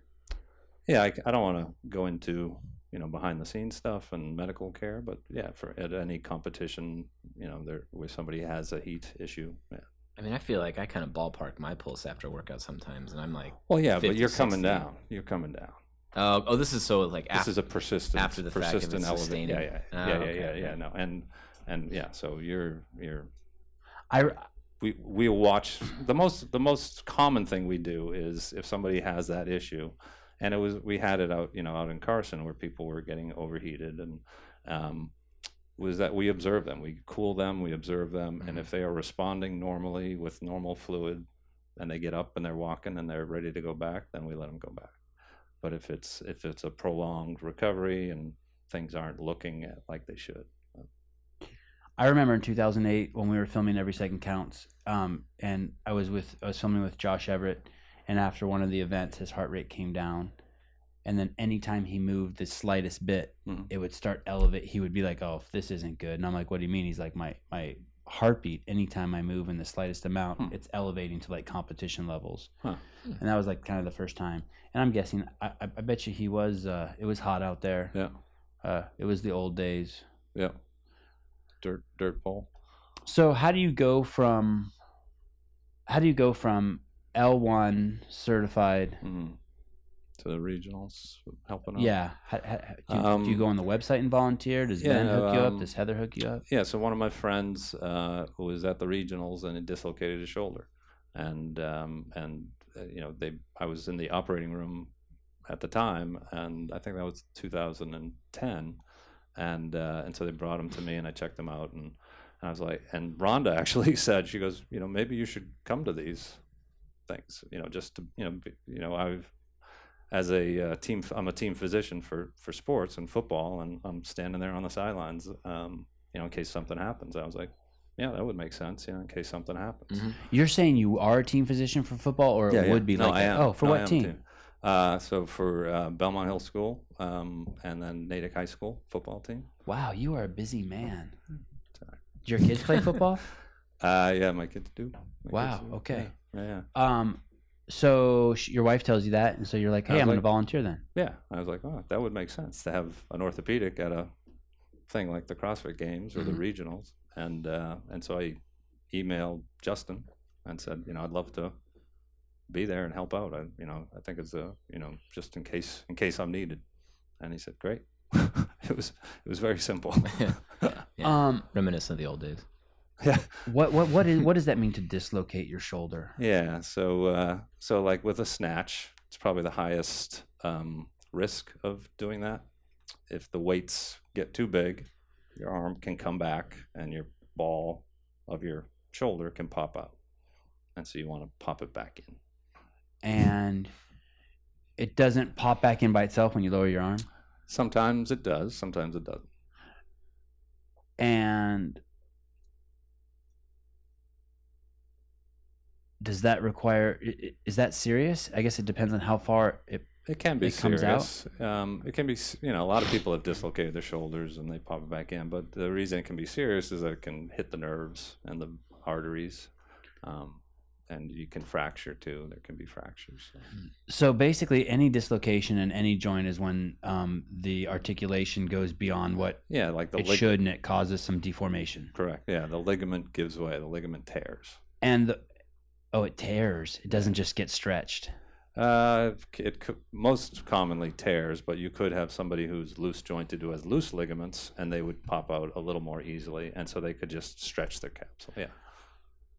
Yeah, I, I don't want to go into you know behind the scenes stuff and medical care, but yeah, for at any competition, you know, there where somebody has a heat issue. Yeah. I mean, I feel like I kind of ballpark my pulse after a workout sometimes, and I'm like, Well, yeah, 50, but you're coming 60. down. You're coming down. oh, oh, this is so like This after is a persistent after the fact, if persistent it's eleva- sustaining. Yeah, yeah, Ah, yeah, okay, yeah, yeah, yeah. okay. No, and and yeah, so you're you're I we we watch the most the most common thing we do is if somebody has that issue and it was we had it out you know out in Carson where people were getting overheated and um, was that we observe them we cool them we observe them and if they are responding normally with normal fluid and they get up and they're walking and they're ready to go back then we let them go back but if it's if it's a prolonged recovery and things aren't looking at like they should I remember in 2008 when we were filming Every Second Counts, um, and I was with I was filming with Josh Everett, and after one of the events, his heart rate came down, and then anytime he moved the slightest bit, Mhm. it would start elevate. He would be like, "Oh, this isn't good," and I'm like, "What do you mean?" He's like, "My my heartbeat. Anytime I move in the slightest amount, Hmm. it's elevating to like competition levels." Huh. And that was like kind of the first time. And I'm guessing, I, I I bet you he was. Uh, it was hot out there. yeah Uh, it was the old days. yeah dirt dirt bowl So how do you go from how do you go from L one certified? mm. to the regionals helping out Yeah, how, how, do, you, do you Um, go on the website and volunteer? Does Ben yeah, hook you um, up? Does Heather hook you up? yeah, so one of my friends uh, who was at the regionals and it dislocated his shoulder, and um, and uh, you know they I was in the operating room at the time, and I think that was 2010, and uh, and so they brought him to me and I checked him out and. And I was like, and Rhonda actually said, she goes, you know, maybe you should come to these things, you know, just to, you know, be, you know, I've, as a uh, team, I'm a team physician for for sports and football, and I'm standing there on the sidelines, um, you know, in case something happens. I was like, yeah, that would make sense, you know, in case something happens. Mhm. You're saying you are a team physician for football, or it would be No, like I that? am. oh, for No, I what am team? Uh, so for uh, Belmont Hill School um, and then Natick High School football team. Wow, you are a busy man. Do your kids play football? Uh, yeah, my kids do. My kids Wow, do. okay. Yeah, yeah. um, so sh- your wife tells you that, and so you're like, I "Hey, was I'm going to like- volunteer then." Yeah, I was like, oh, that would make sense to have an orthopedic at a thing like the CrossFit Games or the regionals, and uh, and so I emailed Justin and said, you know, I'd love to be there and help out. I, you know, I think it's a, you know, just in case in case I'm needed, and he said, great. it was it was very simple. Yeah. Um, Reminiscent of the old days. yeah. what what what is what does that mean to dislocate your shoulder? Yeah. So, uh, so like with a snatch, it's probably the highest um, risk of doing that. If the weights get too big, your arm can come back and your ball of your shoulder can pop out. And so you want to pop it back in. and it doesn't pop back in by itself when you lower your arm. Sometimes it does, sometimes it doesn't. And does that require? i- i- Is that serious? I guess it depends on how far it. It can be It comes out? serious. Um, it can be, s- you know, a lot of people have dislocated their shoulders and they pop it back in. But the reason it can be serious is that it can hit the nerves and the arteries, um, and you can fracture too. There can be fractures. so. So basically, any dislocation in any joint is when um, the articulation goes beyond what Yeah, like the it lig- should, and it causes some deformation. Correct. Yeah, the ligament gives way. The ligament tears. And the, oh, it tears. It doesn't just get stretched. Uh, it co- most commonly tears, but you could have somebody who's loose jointed who has loose ligaments, and they would pop out a little more easily, and so they could just stretch their capsule. Yeah.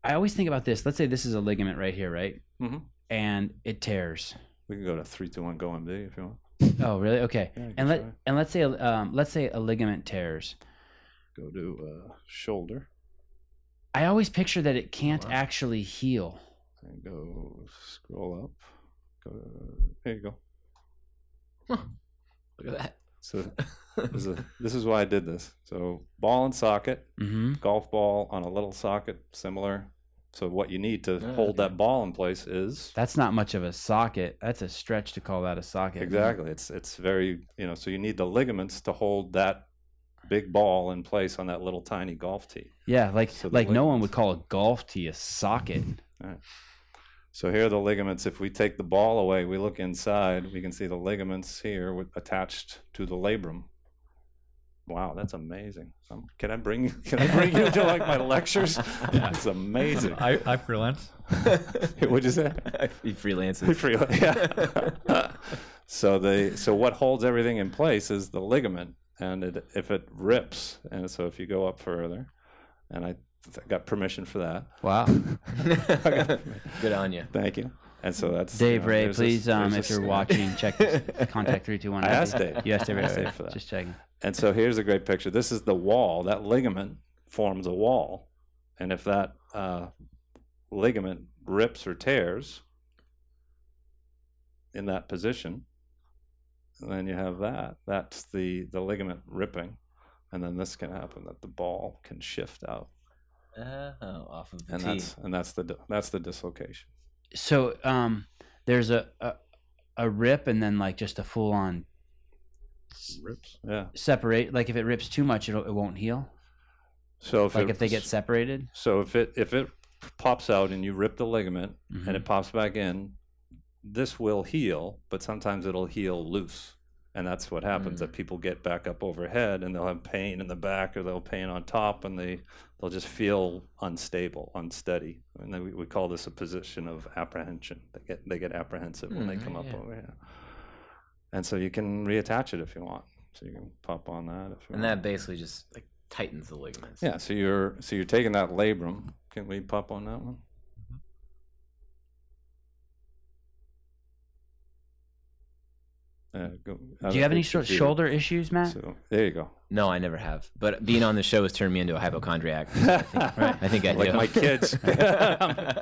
I always think about this. Let's say this is a ligament right here, right? hmm And it tears. We can go to three, two, one, go MD if you want. Oh, really? Okay. Yeah, I guess and let you're right. and let's say um, let's say a ligament tears. go to uh, shoulder I always picture that it can't Wow. actually heal. and go scroll up. Go to, there you go. Look at So that. this is, this is why I did this. So ball and socket, Mm-hmm. golf ball on a little socket, similar. So what you need to Ah, hold okay. that ball in place is That's not much of a socket. That's a stretch to call that a socket. exactly. It's it's very you know. So you need the ligaments to hold that big ball in place on that little tiny golf tee. Yeah, like So the like no ligaments. one would call a golf tee a socket. So here are the ligaments. If we take the ball away, we look inside, we can see the ligaments here with, attached to the labrum. Wow, that's amazing. Um, can I bring can I bring you to like my lectures? That's amazing. I, I freelance. What'd you say? he freelances. Freely, yeah. so the so what holds everything in place is the ligament, and it, if it rips, and so if you go up further, and I th- got permission for that. Wow. Good on you. Thank you. And so that's you Dave know, Ray, there's please, this- um, there's if this- you're watching, check this. contact three two one. I asked Dave. You asked Dave, I right, asked right, Dave for that. Just checking. And so here's a great picture. This is the wall. That ligament forms a wall, and if that uh, ligament rips or tears in that position, then you have that. That's the the ligament ripping, and then this can happen that the ball can shift out, Oh, off of the and tee. that's and that's the di- that's the dislocation. So um, there's a, a a rip and then like just a full on Rips. Yeah. separate. Like if it rips too much, it'll, it won't heal. So if Like it- if they get separated. so if it if it pops out and you rip the ligament and Mm-hmm. it pops back in, this will heal, but sometimes it'll heal loose. And that's what happens Mm. that people get back up overhead and they'll have pain in the back or they'll have pain on top and they, they'll just feel unstable, unsteady. And then we, we call this a position of apprehension. They get, they get apprehensive when they Mm, come up yeah. over here. And so you can reattach it if you want. So you can pop on that if you want. and that basically just like tightens the ligaments. Yeah, so you're so you're taking that labrum. Can we pop on that one? Uh, go, I Mm-hmm. Do you don't have any think sort of do. shoulder issues, Matt? So there you go. No, I never have. But being on the show has turned me into a hypochondriac. I think I like do. my kids.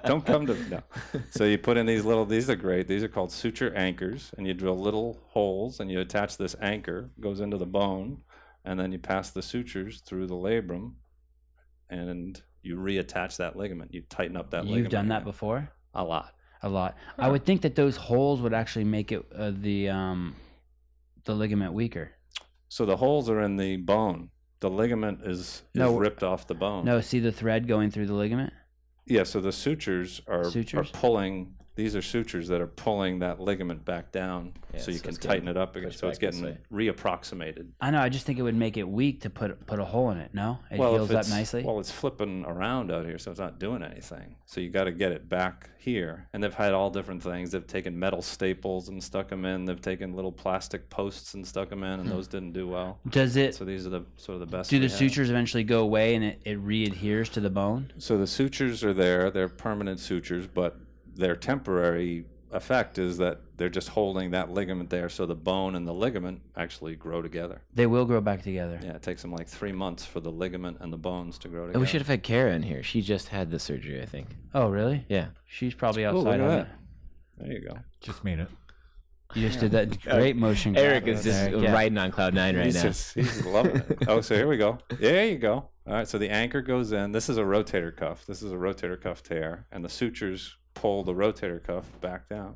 Don't come to no. So you put in these little. These are great. These are called suture anchors, and you drill little holes, and you attach this anchor goes into the bone, and then you pass the sutures through the labrum, and you reattach that ligament. You tighten up that ligament. You've done that before a lot. a lot. I would think that those holes would actually make it uh, the um, the ligament weaker. So the holes are in the bone. The ligament is, is No. ripped off the bone. No, see the thread going through the ligament. Yeah, so the sutures are Sutures? are pulling. These are sutures that are pulling that ligament back down, Yeah, so you so can it's getting tighten it up again. pushed So it's back this getting way. reapproximated. I know. I just think it would make it weak to put put a hole in it. No, it if heals up it's- nicely. Well, it's flipping around out here, so it's not doing anything. So you got to get it back here. And they've had all different things. They've taken metal staples and stuck them in. They've taken little plastic posts and stuck them in, and those didn't do well. Does it? So these are the sort of the best. do we the have. sutures eventually go away and it, it re-adheres to the bone? So the sutures are there; they're permanent sutures, but their temporary effect is that they're just holding that ligament there, so the bone and the ligament actually grow together. They will grow back together. Yeah, it takes them like three months for the ligament and the bones to grow together. And Oh, we should have had Kara in here. She just had the surgery, I think. Oh, really? Yeah. She's probably Oh, look outside at of that. it. There you go. Just made it. You just did that great motion. grab Eric is there. just Yeah. riding on cloud nine right he's now. just he's loving it. Oh, so here we go. There you go. All right, so the anchor goes in. This is a rotator cuff. This is a rotator cuff tear, and the sutures pull the rotator cuff back down.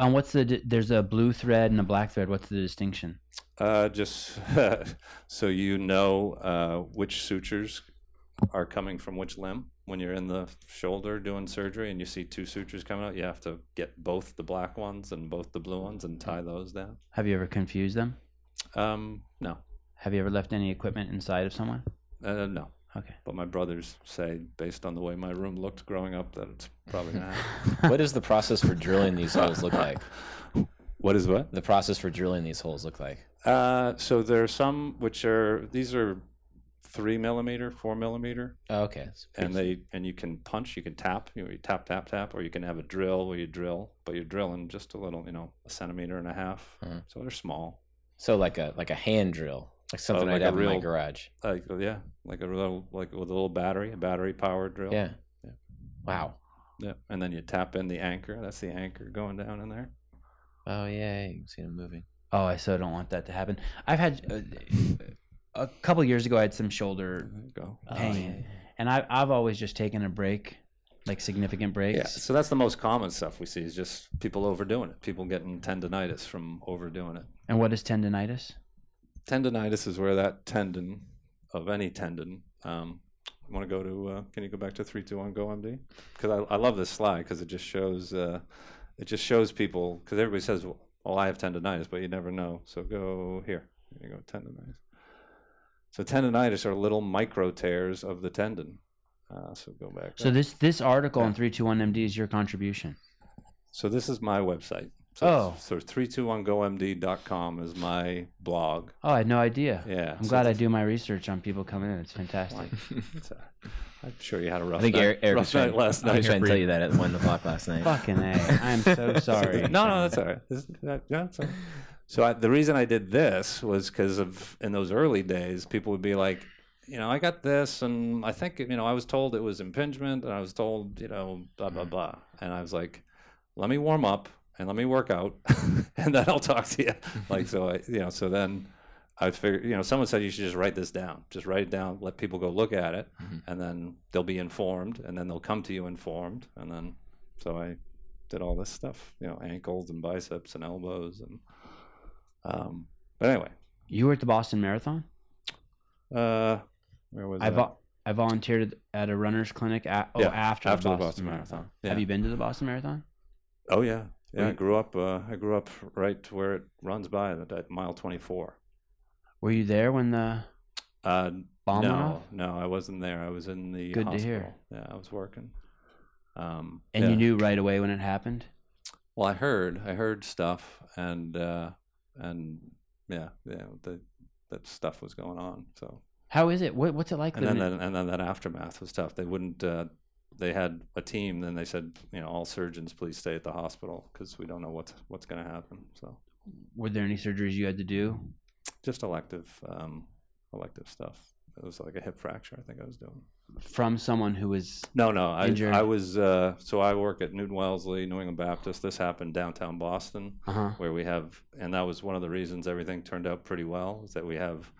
Um, what's the? di- There's a blue thread and a black thread. What's the distinction? Uh, just so you know uh, which sutures are coming from which limb. When you're in the shoulder doing surgery and you see two sutures coming out, you have to get both the black ones and both the blue ones and tie those down. Have you ever confused them? Um, no, Have you ever left any equipment inside of someone? uh, no. Okay. But my brothers say, based on the way my room looked growing up, that it's probably not. what does the process for drilling these holes look like? what is what? The process for drilling these holes look like? Uh, so there are some which are these are three millimeter, four millimeter Oh, okay. It's and pretty- they and you can punch, you can tap, you, know, you tap, tap, tap, or you can have a drill where you drill, but you're drilling just a little, you know, a centimeter and a half. Mhm. So they're small, so like a like a hand drill, like something Oh, like I'd a have in my real- garage. like oh, yeah, like a little, like with a little battery, a battery powered drill. Yeah. Yeah. Wow. yeah. And then you tap in the anchor. That's the anchor going down in there. Oh yeah, you can see them moving. Oh, I so don't want that to happen. I've had uh, a couple years ago. I had some shoulder There you go. pain, and I, I've always just taken a break, like significant breaks. Yeah. So that's the most common stuff we see is just people overdoing it, people getting tendonitis from overdoing it. And what is tendonitis? tendonitis is where that tendon of any tendon. Um, want to go to? Uh, can you go back to three, two, one, go, MD? Because I, I love this slide because it just shows uh, it just shows people because everybody says, well, "Well, I have tendonitis," but you never know. So go here. Here you go, tendonitis. So tendonitis are little micro tears of the tendon. Uh, so go back. So up. this this article on three two one MD is your contribution. So this is my website. So, Oh. So 321gomd.com is my blog. Oh, I had no idea. Yeah. I'm so glad I it's- do my research on people coming in. It's fantastic. it's a- I'm sure you had a rough I think night, Eric, Eric was rough trying, night last I night. was trying to for tell you. you that at one o'clock last night. Fucking A. I'm so sorry. no, no, that's all right. This- that- yeah, that's all right. So I, the reason I did this was because of in those early days, people would be like, you know, I got this, and I think you know, I was told it was impingement, and I was told, you know, blah blah blah, and I was like, let me warm up and let me work out, and then I'll talk to you. Like so, I you know, so then. I figured, you know, someone said you should just write this down. Just write it down, let people go look at it, Mhm. and then they'll be informed, and then they'll come to you informed. And then, so I did all this stuff, you know, ankles and biceps and elbows and um but anyway, You were at the Boston Marathon. uh where was I I? vo- I volunteered at a runner's clinic. At, oh, Yeah, after, after the the Boston, Boston Marathon. Marathon. Yeah. Have you been to the Boston Marathon? oh yeah. Yeah, I Wait. grew up uh I grew up right where it runs by at at mile 24. Were you there when the Uh bomb went no, off? no, I wasn't there. I was in the Good to hospital. hear. Yeah, I was working. Um And yeah. you knew right away when it happened. Well, I heard, I heard stuff, and uh, and yeah, yeah, the, that stuff was going on. So, How is it? What, what's it like? and then living in- that, and then that aftermath was tough. They wouldn't. Uh, they had a team. Then they said, you know, all surgeons, please stay at the hospital because we don't know what's what's going to happen. So, were there any surgeries you had to do? just elective, um, elective stuff. It was like a hip fracture. I think I was doing. from someone who was No, no. I, Injured. I was. Uh, so I work at Newton Wellesley, New England Baptist. This happened downtown Boston. uh-huh. where we have and that was one of the reasons everything turned out pretty well is that we have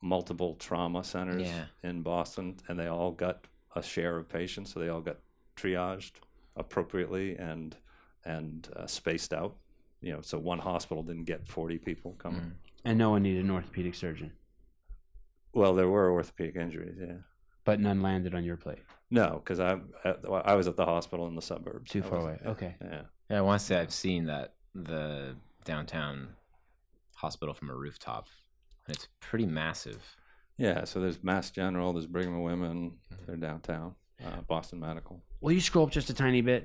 multiple trauma centers Yeah. in Boston and they all got a share of patients so they all got triaged appropriately and and uh, spaced out you know so one hospital didn't get 40 people coming Mm. and no one needed an orthopedic surgeon, well there were orthopedic injuries yeah but none landed on your plate. no because I at, well, I was at the hospital in the suburbs Too I far wasn't- away. Okay. yeah Yeah, I want to say I've seen that the downtown hospital from a rooftop, and it's pretty massive. yeah so there's Mass General there's Brigham and Women Mm-hmm. they're downtown uh, Boston Medical Will you scroll up just a tiny bit?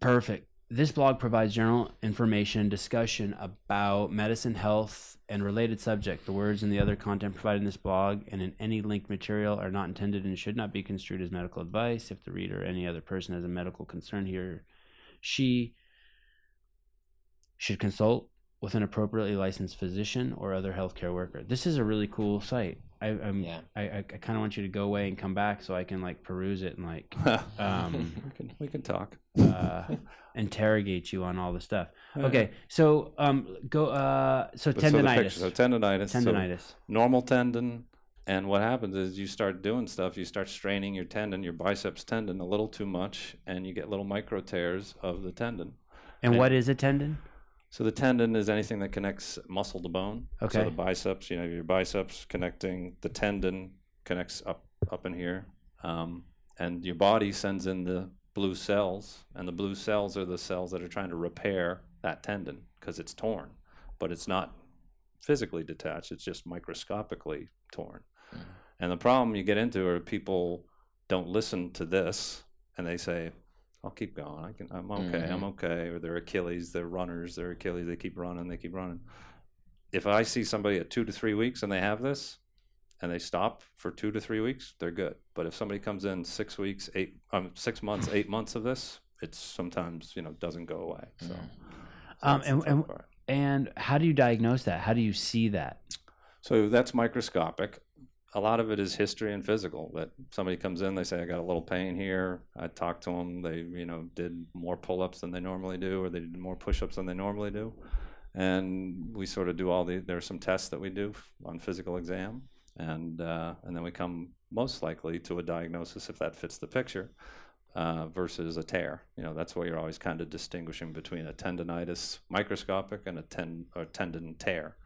Perfect. This blog provides general information and discussion about medicine, health, and related subject. The words and the other content provided in this blog and in any linked material are not intended and should not be construed as medical advice. If the reader or any other person has a medical concern here, she should consult with an appropriately licensed physician or other healthcare worker. This is a really cool site. I, Mm. I'm, Yeah. I, I, I kind of want you to go away and come back so I can like peruse it and like Um, we can we can talk. uh, interrogate you on all the stuff. Okay, so um, go. Uh, so But so the tendonitis, picture- So, tendonitis. so tendonitis. normal tendon, and what happens is you start doing stuff. You start straining your tendon, your biceps tendon, a little too much, and you get little micro tears of the tendon. and what is a tendon? So the tendon is anything that connects muscle to bone. Okay. So the biceps, you know, your biceps connecting the tendon connects up up in here, um, and your body sends in the blue cells, and the blue cells are the cells that are trying to repair that tendon because it's torn, but it's not physically detached; it's just microscopically torn. Mm. And the problem you get into are people don't listen to this, and they say, "I'll keep going. I can. I'm okay. Mm-hmm. I'm okay." Or their Achilles, their runners, their Achilles. They keep running. They keep running. If I see somebody at two to three weeks and they have this, and they stop for two to three weeks, they're good. But if somebody comes in six weeks, eight, um, six months, eight months of this, it's sometimes you know doesn't go away. So, so Um, that's the and- tough and- part. And how do you diagnose that? How do you see that? So that's microscopic. A lot of it is history and physical. That somebody comes in, they say, "I got a little pain here." I talk to them. They, you know, did more pull-ups than they normally do, or they did more push-ups than they normally do, and we sort of do all the. There are some tests that we do f- on physical exam, and uh, and then we come most likely to a diagnosis if that fits the picture, uh, versus a tear. You know, that's why you're always kind of distinguishing between a tendonitis microscopic and a ten or tendon tear.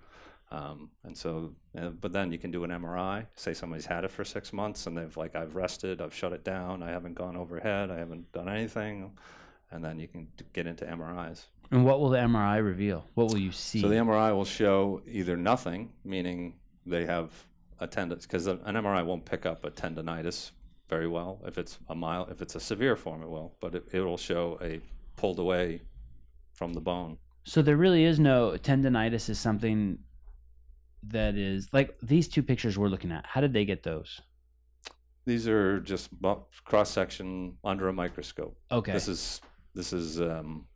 Um, and so, uh, but then you can do an MRI. Say somebody's had it for six months, and they've like, I've rested, I've shut it down, I haven't gone overhead, I haven't done anything, and then you can d- get into MRIs. And what will the MRI reveal? What will you see? So the MRI will show either nothing, meaning they have a tendon, because an MRI won't pick up a tendonitis very well. If it's a mild, if it's a severe form, it will, but it, it will show a pulled away from the bone. so there really is no tendonitis. Is something that is like these two pictures we're looking at. How did they get those? these are just cross section under a microscope. Okay. This is this is um,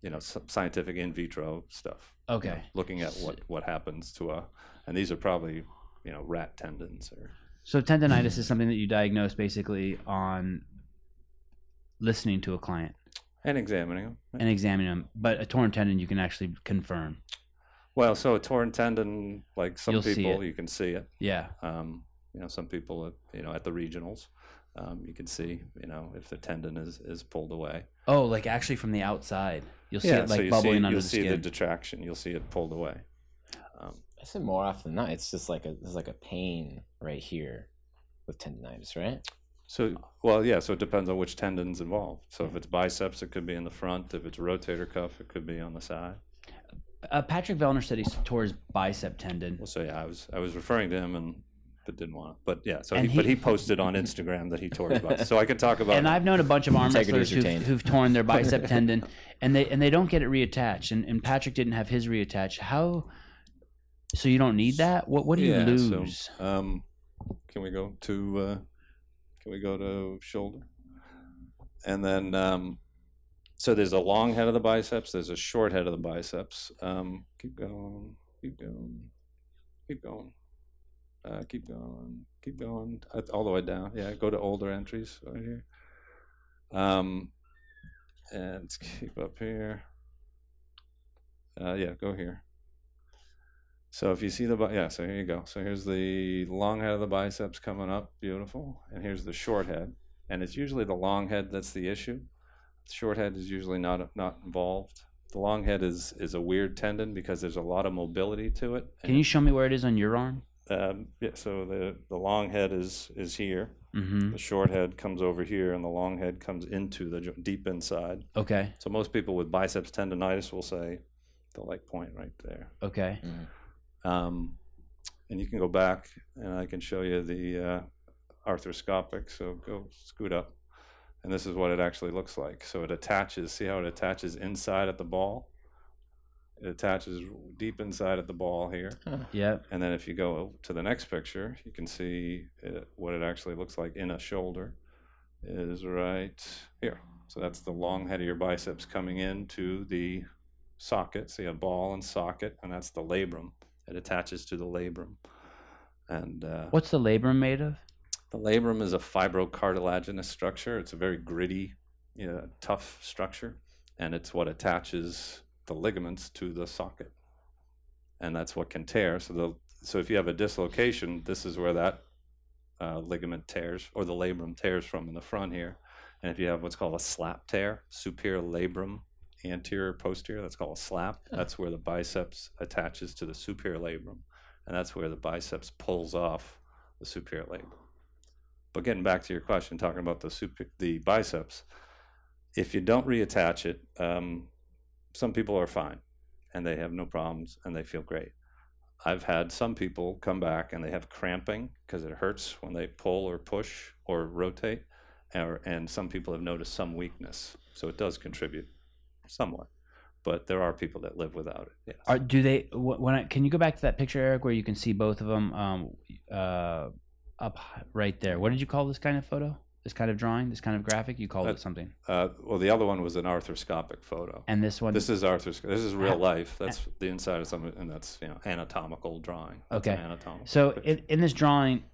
you know s- scientific in vitro stuff. you know, okay. looking at what what happens to a, and these are probably you know rat tendons or So tendonitis is something that you diagnose basically on listening to a client and examining them. right? and examining them. But a torn tendon you can actually confirm. Well, so a torn tendon, like some You'll see people, it. you can see it. Yeah. Um, you know, some people, at, you know, at the regionals, um, you can see, you know, if the tendon is, is pulled away. Oh, like actually from the outside. You'll see it like you bubbling see, under you'll the see the skin. detraction. You'll see it pulled away. Um, I said more often than not, it's just like a there's like a pain right here with tendonitis, right? so, well, yeah. So it depends on which tendon's involved. So if it's biceps, it could be in the front. If it's rotator cuff, it could be on the side. uh, Patrick Vellner said he tore his bicep tendon. Well, so yeah, I was I was referring to him and but didn't want to. But yeah, so he, And but he- he posted on Instagram that he tore his bicep. So I can talk about. And I've known a bunch of arm Integrity wrestlers is who've, retained. who've torn their bicep tendon, and they and they don't get it reattached. And, and Patrick didn't have his reattached. How? So you don't need that. What What do you Yeah, so, lose? um, can we go to uh, can we go to shoulder? And then um, so there's a long head of the biceps. There's a short head of the biceps. Um, keep going. Keep going. Keep going. Uh, keep going. Keep going. Uh, all the way down. Yeah. Go to older entries right here. Um, and keep up here. Uh, yeah. Go here. So if you see the bi- yeah, so here you go. So here's the long head of the biceps coming up, beautiful, and here's the short head, and it's usually the long head that's the issue. The short head is usually not not involved. The long head is is a weird tendon because there's a lot of mobility to it. Can you show me where it is on your arm? Um, yeah, so the the long head is is here. Mm-hmm. The short head comes over here, and the long head comes into the jo- deep inside. Okay. So most people with biceps tendonitis will say they'll like point right there. Okay. Um, and you can go back, and I can show you the uh, arthroscopic. So go scoot up, and this is what it actually looks like. So it attaches. See how it attaches inside at the ball? It attaches deep inside at the ball here. Yep. And then if you go to the next picture, you can see it, what it actually looks like in a shoulder is right here. So that's the long head of your biceps coming into the socket. So you have ball and socket, and that's the labrum. It attaches to the labrum. And uh, What's the labrum made of? the labrum is a fibrocartilaginous structure. It's a very gritty, you know, tough structure, and it's what attaches the ligaments to the socket, and that's what can tear. So the so if you have a dislocation, this is where that uh, ligament tears or the labrum tears from in the front here, and if you have what's called a slap tear, superior labrum, anterior posterior, that's called a slap. That's where the biceps attaches to the superior labrum, and that's where the biceps pulls off the superior labrum. But getting back to your question, talking about the super, the biceps, if you don't reattach it, um, some people are fine and they have no problems and they feel great. I've had some people come back and they have cramping because it hurts when they pull or push or rotate, or, and some people have noticed some weakness. So it does contribute somewhat, but there are people that live without it. Yes. Are, do they? wh- When I, can you go back to that picture, Eric, where you can see both of them? Um, uh, up hi- right there. What did you call this kind of photo? This kind of drawing? This kind of graphic? You called Uh, it something. Uh, well, the other one was an arthroscopic photo. And this one. This is Arthur's. This is real Ah. life. That's the inside of something, and that's you know anatomical drawing. That's Okay. An anatomical. so picture. in, in this drawing,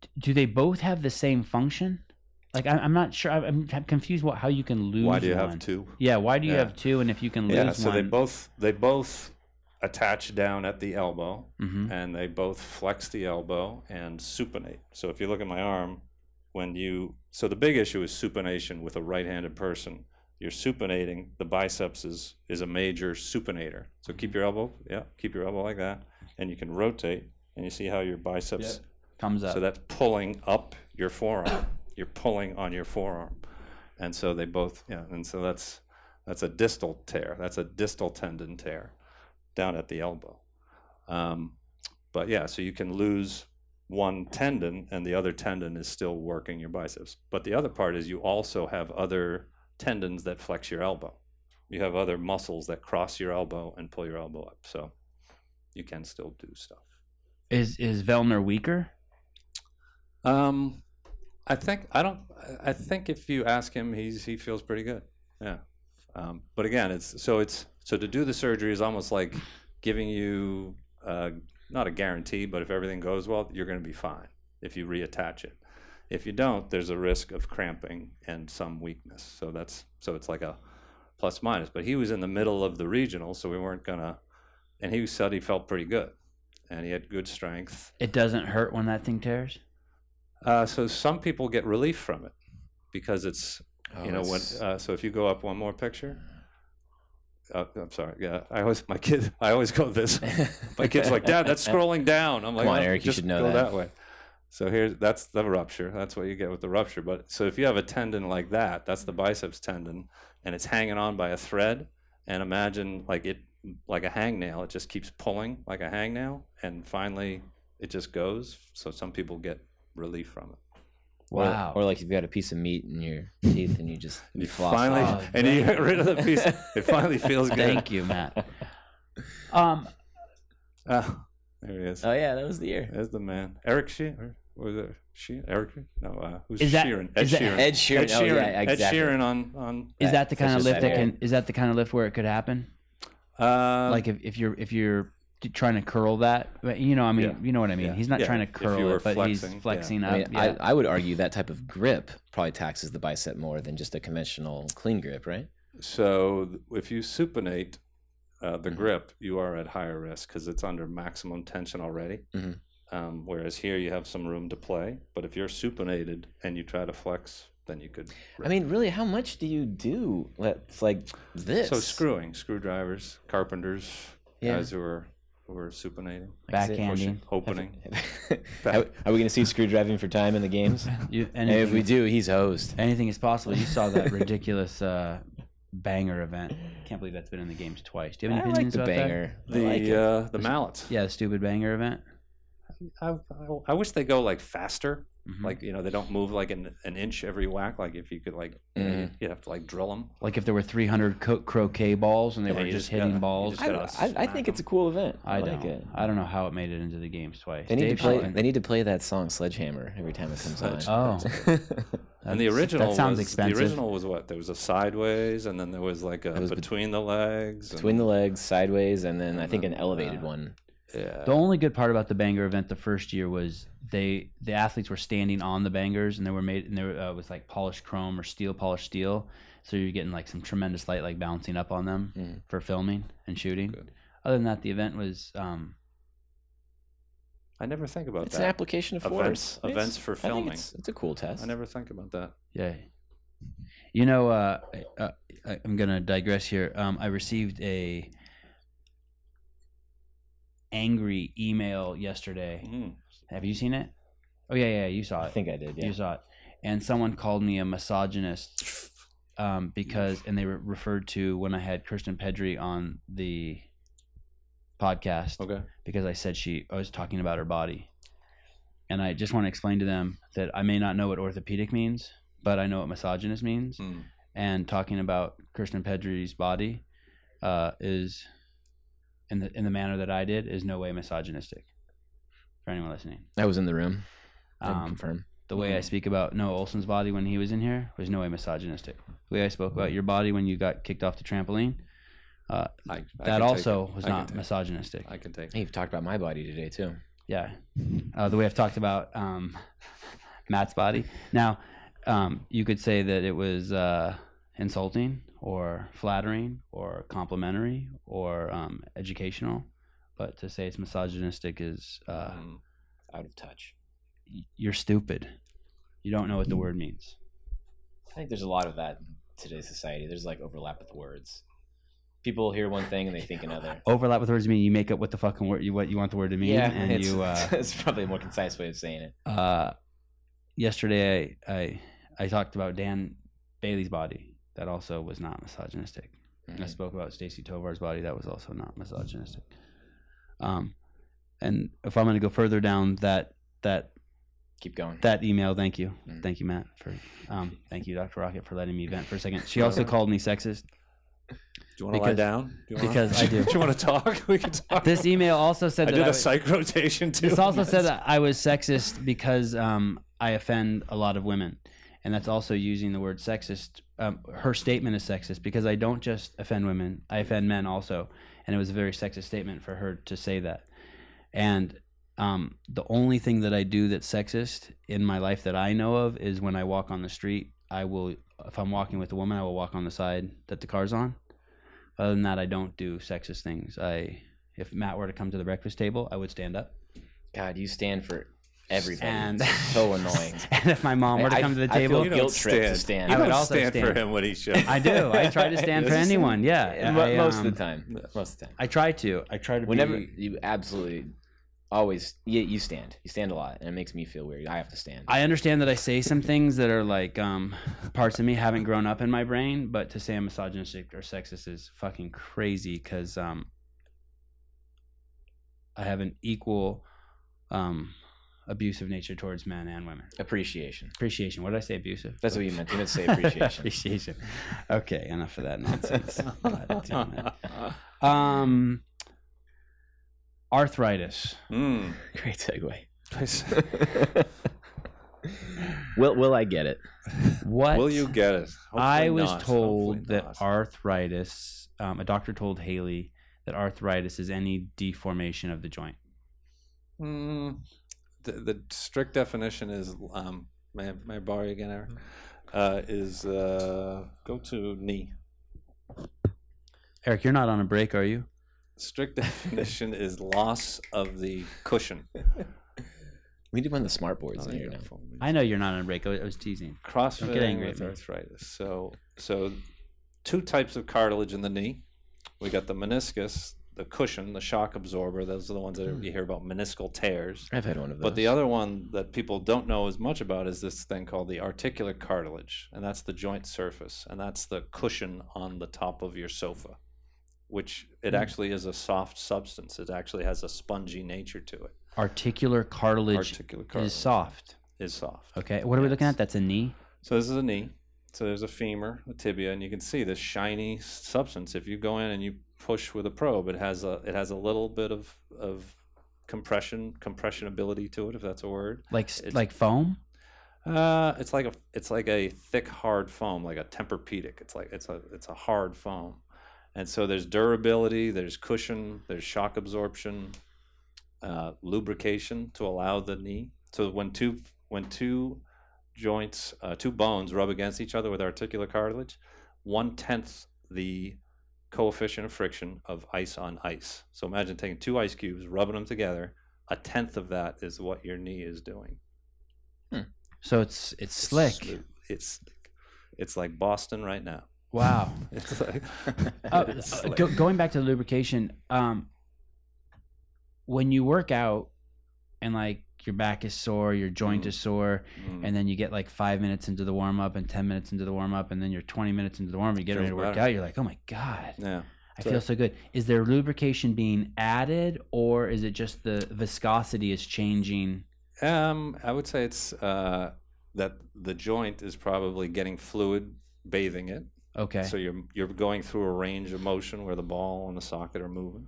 d- do they both have the same function? Like I, I'm not sure. I- I'm, I'm confused. What? How you can lose? why do you one. have two? Yeah. Why do you Yeah. have two? And if you can lose Yeah. So one. they both they both attach down at the elbow, Mhm. and they both flex the elbow and supinate. So if you look at my arm, when you so the big issue is supination with a right-handed person. You're supinating. The biceps is is a major supinator. So keep your elbow. Yeah. Keep your elbow like that, and you can rotate. And you see how your biceps. Comes up. So that's pulling up your forearm. You're pulling on your forearm, and so they both. Yeah, and so that's that's a distal tear. That's a distal tendon tear down at the elbow. Um, but yeah, so you can lose one tendon, and the other tendon is still working your biceps. But the other part is you also have other tendons that flex your elbow. You have other muscles that cross your elbow and pull your elbow up. So you can still do stuff. Is is Velner weaker? Um, I think I don't. I think if you ask him, he's he feels pretty good. Yeah. Um, but again, it's so it's so to do the surgery is almost like giving you uh, not a guarantee, but if everything goes well, you're going to be fine if you reattach it. If you don't, there's a risk of cramping and some weakness. So that's so it's like a plus minus. But he was in the middle of the regional, so we weren't gonna. And he said he felt pretty good, and he had good strength. It doesn't hurt when that thing tears. Uh, so some people get relief from it because it's Oh, you know what? Uh, so if you go up one more picture, uh, I'm sorry. Yeah, I always my kid. I always go this. My kid's like, Dad, that's scrolling down. I'm like, Come on, "No, Eric, you just should know go that." way. So here's that's the rupture. That's what you get with the rupture. But so if you have a tendon like that, that's the biceps tendon, and it's hanging on by a thread. And imagine like it, like a hangnail. It just keeps pulling like a hangnail, and finally it just goes. So some people get relief from it. Wow. Or, or like you've got a piece of meat in your teeth and you just And you floss finally, off. off. and you get rid of the piece. It finally feels good. Thank you, Matt. Um, Ah, there he is. Oh yeah, that was the year. There's the man. Eric Sheeran. Was it Sheeran? Eric? No, uh, who's Is that- Sheeran? Ed is that- Sheeran. Ed Sheeran. Ed Sheeran. Oh, yeah, exactly. Ed Sheeran on on. is that the That's kind of just lift that that can? Is that the kind of lift where it could happen? Uh, like if, if you're if you're t- trying to curl that, but you know, I mean, Yeah. you know what I mean. Yeah. He's not Yeah. trying to If curl you were it, but flexing, yeah. he's flexing up. I mean, yeah. I, I would argue that type of grip probably taxes the bicep more than just a conventional clean grip, right? so, th- if you supinate uh, the Mhm. grip, you are at higher risk because it's under maximum tension already. Mhm. Um, whereas here, you have some room to play. But if you're supinated and you try to flex, then you could. I mean, really, how much do you do? That's like this. so screwing, screwdrivers, carpenters, Yeah. guys who are who are supinating, backhanding. opening. Are, are we going to see screw driving for time in the games? You, And if anything, we do, he's host. anything is possible. You saw that ridiculous uh, banger event. Can't believe that's been in the games twice. Do you have I any like opinions the about that? banger. I The like it. uh, the mallets. Yeah, the stupid banger event. I, I- I wish they go like faster. Mhm. Like you know, they don't move like an, an inch every whack. Like if you could like, you know, Mm-hmm. Mhm. you'd have to like drill them. Like if there were 300 co- croquet balls and they Yeah, were you just, just hitting gotta- you balls. just I, gotta I, I smack think 'em. it's a cool event. I, don't. like it. I don't know how it made it into the games twice. They need Dave to play. Sheldon. They need to play that song "Sledgehammer" every time it comes on. Oh, and the that's- original That sounds was, expensive. The original was what? There was a sideways, and then there was like a It was bet- between the legs. and- Between the legs, sideways, and then I think an then, elevated uh, one. yeah. The only good part about the banger event the first year was they the athletes were standing on the bangers and they were made and they were, uh, was like polished chrome or steel polished steel, so you're getting like some tremendous light like bouncing up on them Mm. for filming and shooting. Hmm. Good. Other than that, the event was um, I never think about It's an that. application of Events- force. It's- events for I think filming. It's, it's a cool test. I never think about that. yeah. You know, uh, uh, I- I'm gonna digress here. Um, I received a angry email yesterday. Mm. Have you seen it? Oh yeah, yeah, you saw I it. think I did. Yeah. you saw it and someone called me a misogynist um, because and they re- referred to when i had kirsten pedri on the podcast Okay. because i said she i was talking about her body and i just want to explain to them that i may not know what orthopedic means but i know what misogynist means Mm. and talking about kirsten pedri's body uh, is in the in the manner that i did is no way misogynistic for anyone listening I was in the room. I can um, confirm. the way I Mhm. speak about Noah Olson's body when he was in here was no way misogynistic. The way I spoke about your body when you got kicked off the trampoline, uh, I, I can that take also it. was I can not take it. misogynistic. I can take. it. Hey, you've talked about my body today too. Yeah. Uh, the way I've talked about um, Matt's body. Now, um, you could say that it was uh, insulting or flattering or complimentary or um, educational, but to say it's misogynistic is uh, Mm. Out of touch. y- you're stupid. You don't know what the Mm-hmm. word means. I think there's a lot of that in today's society. There's like overlap with words. People hear one thing and they think another. overlap with words mean you make up what the fucking word you what you want the word to mean yeah, and it's, you uh, it's probably a more concise way of saying it. uh yesterday I, I i talked about dan bailey's body that also was not misogynistic Mm-hmm. i spoke about stacy tovar's body that was also not misogynistic um and if i'm going to go further down that that Keep going. that email thank you Mm. thank you matt for um thank you dr rocket for letting me vent for a second she also called me sexist Do you want to lie Because- down? Do you wanna, because I do. you want to talk? We can talk. this email also said I that did I a was- psych rotation too. This also said that I was sexist because um, I offend a lot of women, and that's also using the word sexist. Um, her statement is sexist because I don't just offend women; I offend men also, and it was a very sexist statement for her to say that. And um, the only thing that I do that's sexist in my life that I know of is when I walk on the street. I will, if I'm walking with a woman, I will walk on the side that the car's on. Other than that, I don't do sexist things. I, if Matt were to come to the breakfast table, I would stand up. God, you stand for everybody. And- It's so annoying. And if my mom were to I- come to the I feel table, you Guilt trip to stand. You I would don't also stand, for stand. him when he shows. I do. I try to stand for This is- anyone. Yeah, Mo- I, most of um, the time. Most of the time. I try to. I try to. Whenever be, you absolutely always you, you stand. You stand a lot and it makes me feel weird. I have to stand. I understand that I say some things that are like um, parts of me haven't grown up in my brain, but to say I'm misogynistic or sexist is fucking crazy because um, I have an equal um, abusive nature towards men and women. appreciation. Appreciation. What did I say? Abusive. That's what you meant. You meant to say appreciation. Appreciation. Okay, enough of that nonsense. God damn it. Mm. Um, arthritis. Hmm. Great segue. Nice. will will I get it? What Will you get it? Hopefully I was not. Hopefully told that not. arthritis. Um, a doctor told Haley that arthritis is any deformation of the joint. Mm, the, the strict definition is um, may, I- may I borrow you again, Mm-hmm. Eric? Uh, is uh, go to knee. Eric, you're not on a break, are you? Strict definition is loss of the cushion. We need one of the smart boards Oh, Not in here now. even for me. I know you're not on a break. I was I was teasing. CrossFit get angry with at me. arthritis. So, so two types of cartilage in the knee. We got the meniscus, the cushion, the shock absorber. Those are the ones that Mm. you hear about meniscal tears. I've had one of those. But the other one that people don't know as much about is this thing called the articular cartilage, and that's the joint surface, and that's the cushion on the top of your sofa, which it Mm. actually is a soft substance. It actually has a spongy nature to it. Articular cartilage Articular cartilage is soft. is soft. Okay, what are we looking Yes. at? That's a knee. So this is a knee. So there's a femur, a tibia, and you can see this shiny substance. If you go in and you push with a probe, it has a it has a little bit of of compression compressionability to it, if that's a word. Like It's- like foam. Uh, it's like a it's like a thick hard foam, like a Tempur-Pedic. It's like it's a it's a hard foam, and so there's durability, there's cushion, there's shock absorption, uh, lubrication to allow the knee. So when two when two joints, uh, two bones rub against each other with articular cartilage, one tenth the coefficient of friction of ice on ice. So imagine taking two ice cubes, rubbing them together. A tenth of that is what your knee is doing. So it's it's slick. It's, it's it's like Boston right now. Wow. It's like, Uh, it's uh, slick. go, going back to the lubrication, um, when you work out and like your back is sore, your joint Mm. is sore, Mm. and then you get like five minutes into the warm up and ten minutes into the warm up, and then you're twenty minutes into the warm up, you get Feels ready to work better. out, you're like, oh my god, yeah. I So- feel so good. Is there lubrication being added, or is it just the viscosity is changing? Um, I would say it's uh, that the joint is probably getting fluid bathing it. Okay, So you're you're going through a range of motion where the ball and the socket are moving.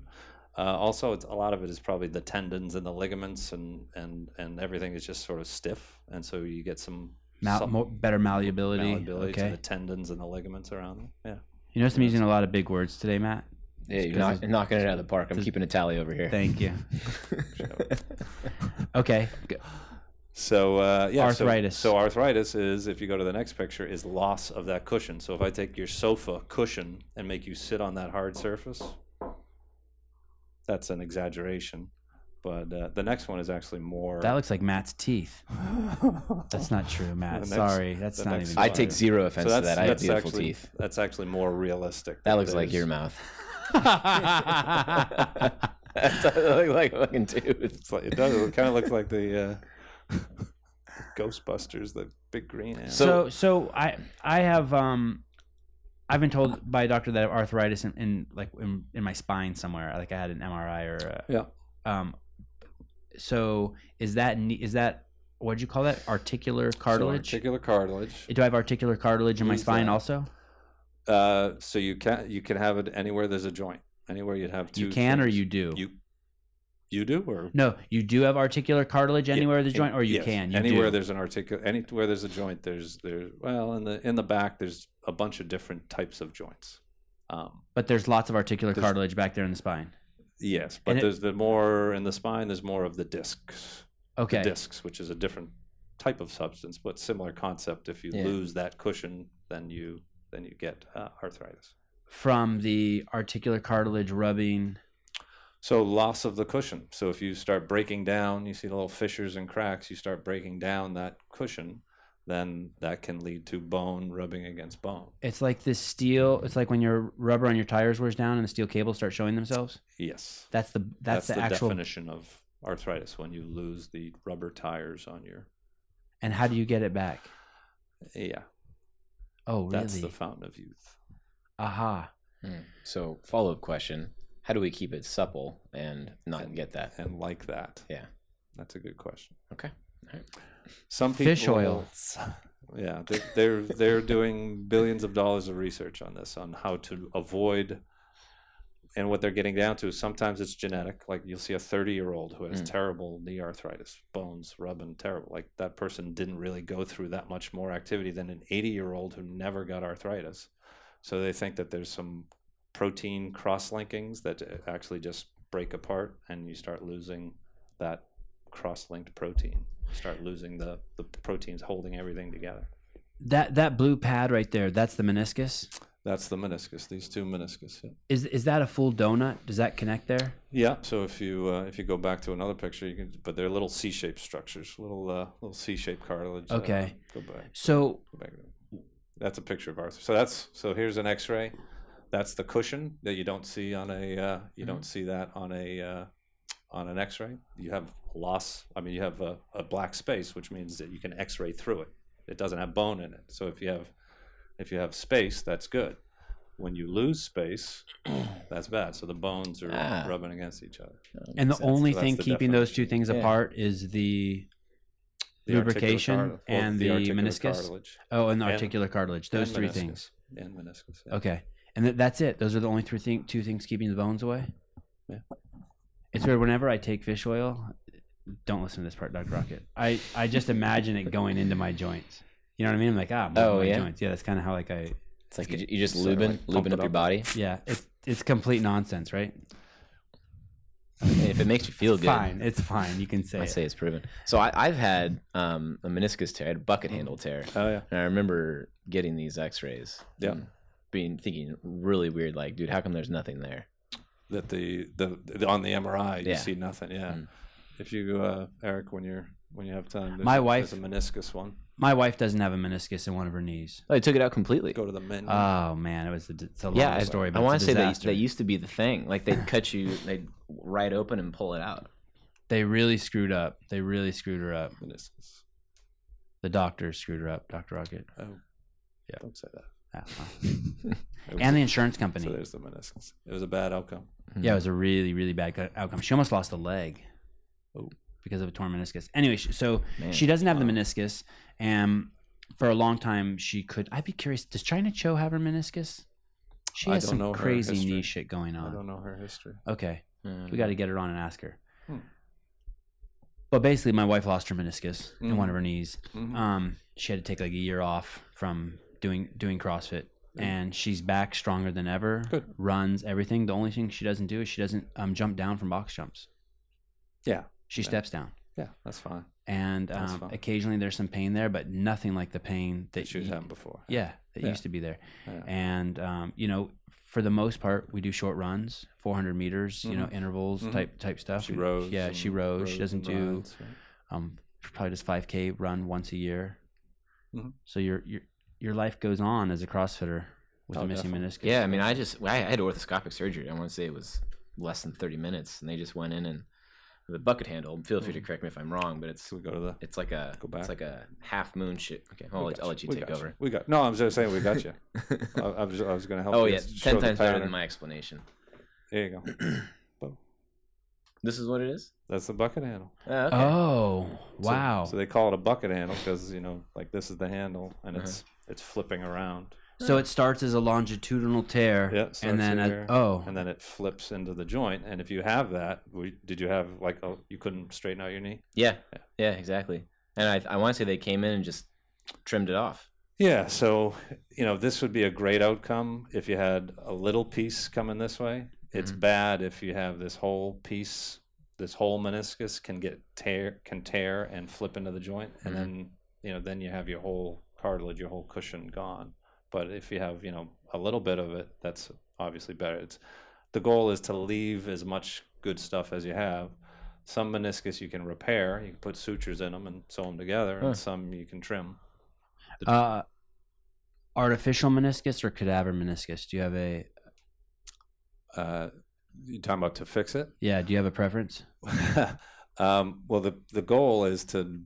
Uh, also, it's, a lot of it is probably the tendons and the ligaments and and and everything is just sort of stiff, and so you get some Mal- sup- more, better malleability. malleability to okay, the tendons and the ligaments around them. Yeah. you notice I'm using a lot of big words today, Matt. yeah, you're knock, knocking it out of the park. I'm keeping a tally over here. Thank you. okay, So uh, yeah, so- Arthritis. So, arthritis is, if you go to the next picture, is loss of that cushion. So if I take your sofa cushion and make you sit on that hard surface, that's an exaggeration. But uh, the next one is actually more. that looks like Matt's teeth. That's not true, Matt. next- Sorry, that's the not next even. I slide. take zero offense to that. I have beautiful actually, teeth. That's actually more realistic. That looks like there's- your mouth. That's what I look like a fucking tooth. It's like, it does. It kind of looks like the uh, Ghostbusters, the big green. ant. so, so I I have um, I've been told by a doctor that I have arthritis in, in like in, in my spine somewhere. Like I had an MRI or a, Yeah. Um, so is that knee- is that what would you call that? Articular So cartilage. articular cartilage. Do I have articular cartilage in my Who's spine that? also? Uh, so you can you can have it anywhere there's a joint, anywhere you'd have two. You can or joints. you do. you You do, or No, you do have articular cartilage anywhere of the joint, or you Yes. can. You anywhere do. there's an articulate, anywhere there's a joint, there's there. Well, in the in the back, there's a bunch of different types of joints. Um, but there's lots of articular There's- cartilage back there in the spine. yes, but And it- there's the more in the spine. There's more of the discs, Okay. discs, which is a different type of substance, but similar concept. If you Yeah. lose that cushion, then you then you get uh, arthritis. From the articular cartilage rubbing. So loss of the cushion. So if you start breaking down, you see the little fissures and cracks. You start breaking down that cushion, then that can lead to bone rubbing against bone. It's like this steel. It's like when your rubber on your tires wears down and the steel cables start showing themselves. Yes, That's the that's, the, actual. definition of arthritis when you lose the rubber tires on your. And how do you get it back? Yeah, Oh, really? that's the fountain of youth. Aha. Hmm. So, follow up question How do we keep it supple and not get that? and like that. Yeah. that's a good question. Okay. All right. Some people Fish oil. Yeah, they're, they're they're doing billions of dollars of research on this on how to avoid. And what they're getting down to is sometimes it's genetic. Like you'll see a 30 year old who has Mm. terrible knee arthritis, bones rubbing terrible. Like that person didn't really go through that much more activity than an 80 year old who never got arthritis. So they think that there's some protein cross linkings that uh, actually just break apart and you start losing that cross linked protein. You start losing the, the proteins holding everything together. That that blue pad right there. That's the meniscus. That's the meniscus. These two meniscus. Yeah. Is is that a full donut? Does that connect there? Yeah. So if you uh, if you go back to another picture, you can. But they're little C-shaped structures, little uh, little C-shaped cartilage. Okay. Uh, go back. So Go back. That's a picture of Arthur. So that's so here's an X-ray. That's the cushion that you don't see on a uh, you don't see that on a uh, on an X-ray. You have loss. I mean, you have a, a black space, which means that you can X-ray through it. It doesn't have bone in it. So if you have if you have space, that's good. When you lose space, that's bad. So the bones are Ah. rubbing against each other. and the only So that's thing the keeping those two things Yeah. apart is the The articular Lubrication cartil- and the articular meniscus? cartilage oh and the And- articular cartilage. Those and three meniscus. things. and meniscus. yeah. Okay, and th- that's it. Those are the only three thing- two things keeping the bones away. Yeah. It's weird. Whenever I take fish oil, don't listen to this part, Doc Rocket. I I just imagine it going into my joints. You know what I mean? I'm like, ah, I'm moving Oh, my yeah? joints. Yeah, that's kind of how like I. It's like you, you just Sort of lubing, like pump lubing it up your up. body. Yeah, it's it's complete nonsense, right? And if it makes you feel good, Fine, it's fine. You can say I it. say it's proven. So I, I've had um, a meniscus tear, I had a bucket handle tear, Oh yeah. and I remember getting these X-rays. Yeah. and being thinking really weird, like, dude, how come there's nothing there? that the the, the on the MRI you Yeah. see nothing. Yeah. Mm. If you uh, Eric, when you're when you have time, there's My a- wife- there's a meniscus one. My wife doesn't have a meniscus in one of her knees. Oh, they took it out completely. Go to the menu. Uh, Oh man, it was a, di- it's a long yeah, I- story. But I want to say that disaster. that used to be the thing. Like they'd cut you, they'd right open and pull it out. they really screwed up. They really screwed her up. meniscus. The doctor screwed her up. Doctor Rocket. Oh, Yeah. Don't say that. Ah, well. It was- and the insurance so company. there's the meniscus. It was a bad outcome. Yeah, it was a really really bad co- outcome. She almost lost a leg Oh. because of a torn meniscus. Anyway, she, so Man. she doesn't have the meniscus, and for a long time she could. I'd be curious. Does China Cho have her meniscus? She I has don't some know her crazy knee history. shit going I on. don't know her history. Okay. Mm. We got to get her on and ask her. Hmm. But basically, my wife lost her meniscus in Mhm. one of her knees. Mhm. Um, she had to take like a year off from doing doing CrossFit, Mm. and she's back stronger than ever. Good. Runs everything. The only thing she doesn't do is she doesn't um, jump down from box jumps. Yeah. She Yeah. steps down, yeah, that's fine. and That's um, fine. occasionally there's some pain there, but nothing like the pain that That she was you- having before. Yeah, that Yeah. used to be there Yeah. and um, you know for the most part we do short runs 400 meters you know Mhm. intervals Mhm. type type stuff she We- rose. yeah she and rose, she doesn't and do rides, yeah. um probably does 5k run once a year Mhm. so your your your life goes on as a crossfitter with Oh, a missing definitely. meniscus Yeah, I mean, I just I had orthoscopic surgery. I want to say it was less than thirty minutes, and they just went in and the bucket handle. Feel free to correct me if I'm wrong, but it's Should we Mm. go to the? it's like a Go back. it's like a half moon shit. Okay, We I'll, got let, I'll let you We take got over. We got. No, I'm just saying we got you. I, I was I was going to help. oh you yeah, show ten the times better than pattern. my explanation. There you go. This is what it is. That's the bucket handle. Uh, okay. oh So- wow So, they call it a bucket handle because you know, like this is the handle, and Uh-huh. it's it's flipping around. So it starts as a longitudinal tear, Yeah, it starts and then here, a, oh, and then it flips into the joint. And if you have that, we, did you have like oh you couldn't straighten out your knee? Yeah, yeah, exactly. And I, I want to say they came in and just trimmed it off. Yeah, so you know this would be a great outcome if you had a little piece coming this way. It's bad if you have this whole piece, this whole meniscus can get tear can tear and flip into the joint, and Mhm. then you know then you have your whole cartilage, your whole cushion gone. But if you have you know a little bit of it, that's obviously better. It's the goal is to leave as much good stuff as you have. Some meniscus you can repair, you can put sutures in them and sew them together, Huh. and some you can trim. uh, artificial meniscus or cadaver meniscus? Do you have a Uh, you talking about to fix it? yeah? Do you have a preference? um, well, the the goal is to,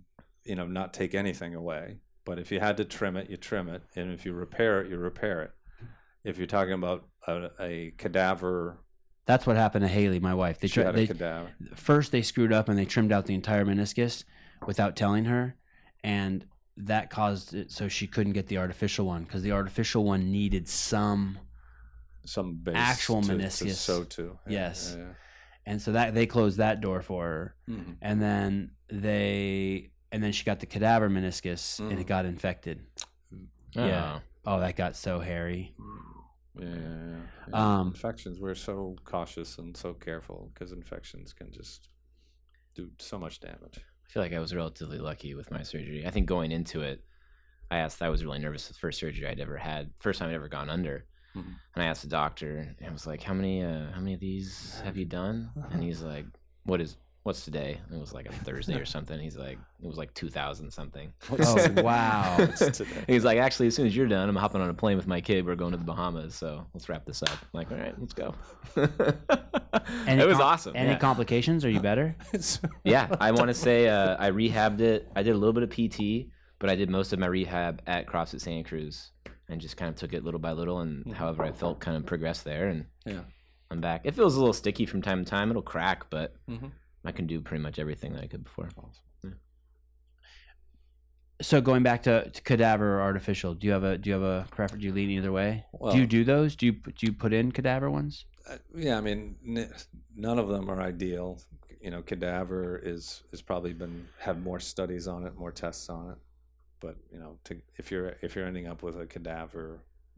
you know, not take anything away. But if you had to trim it, you trim it, and if you repair it, you repair it. If you're talking about a, a cadaver, That's what happened to Haley, my wife. They, she tri- had they a cadaver. first they screwed up and they trimmed out the entire meniscus without telling her, and that caused it so she couldn't get the artificial one because the artificial one needed some Some base actual to, To meniscus. sew to. Yes. Mm-hmm. and so that they closed that door for her Mhm. and then they and then she got the cadaver meniscus and it Mm. got infected Um, Yeah. oh that got so hairy Yeah, yeah, yeah, Mm. yeah. Um, infections. We're so cautious and so careful because infections can just do so much damage. I feel like I was relatively lucky with my surgery. I think going into it, I asked. I was really nervous. The first surgery I'd ever had, first time I'd ever gone under, Mhm. and I asked the doctor, and I was like, "How many, uh, how many of these have you done?" And he's like, "What is, what's today?" And it was like a Thursday or something. He's like, "It was like two thousand something." oh wow It's today. He's like, "Actually, as soon as you're done, I'm hopping on a plane with my kid. We're going to the Bahamas, so let's wrap this up." I'm like, all right, let's go. and it, was com- awesome. any yeah. complications are you better yeah, I want to say uh, I rehabbed it. I did a little bit of PT, but I did most of my rehab at CrossFit Santa Cruz and just kind of took it little by little and however I felt kind of progressed there and Mm-hmm. Yeah. I'm back. It feels a little sticky from time to time. It'll crack, but Mhm. I can do pretty much everything that I could before. so going back to, to cadaver or artificial do you have a do you have a preference do you lean either way Well- do you do those do you do you put in cadaver ones Uh, yeah, I mean, n- none of them are ideal. You know, cadaver is is probably been have more studies on it, more tests on it. But you know, to, if you're if you're ending up with a cadaver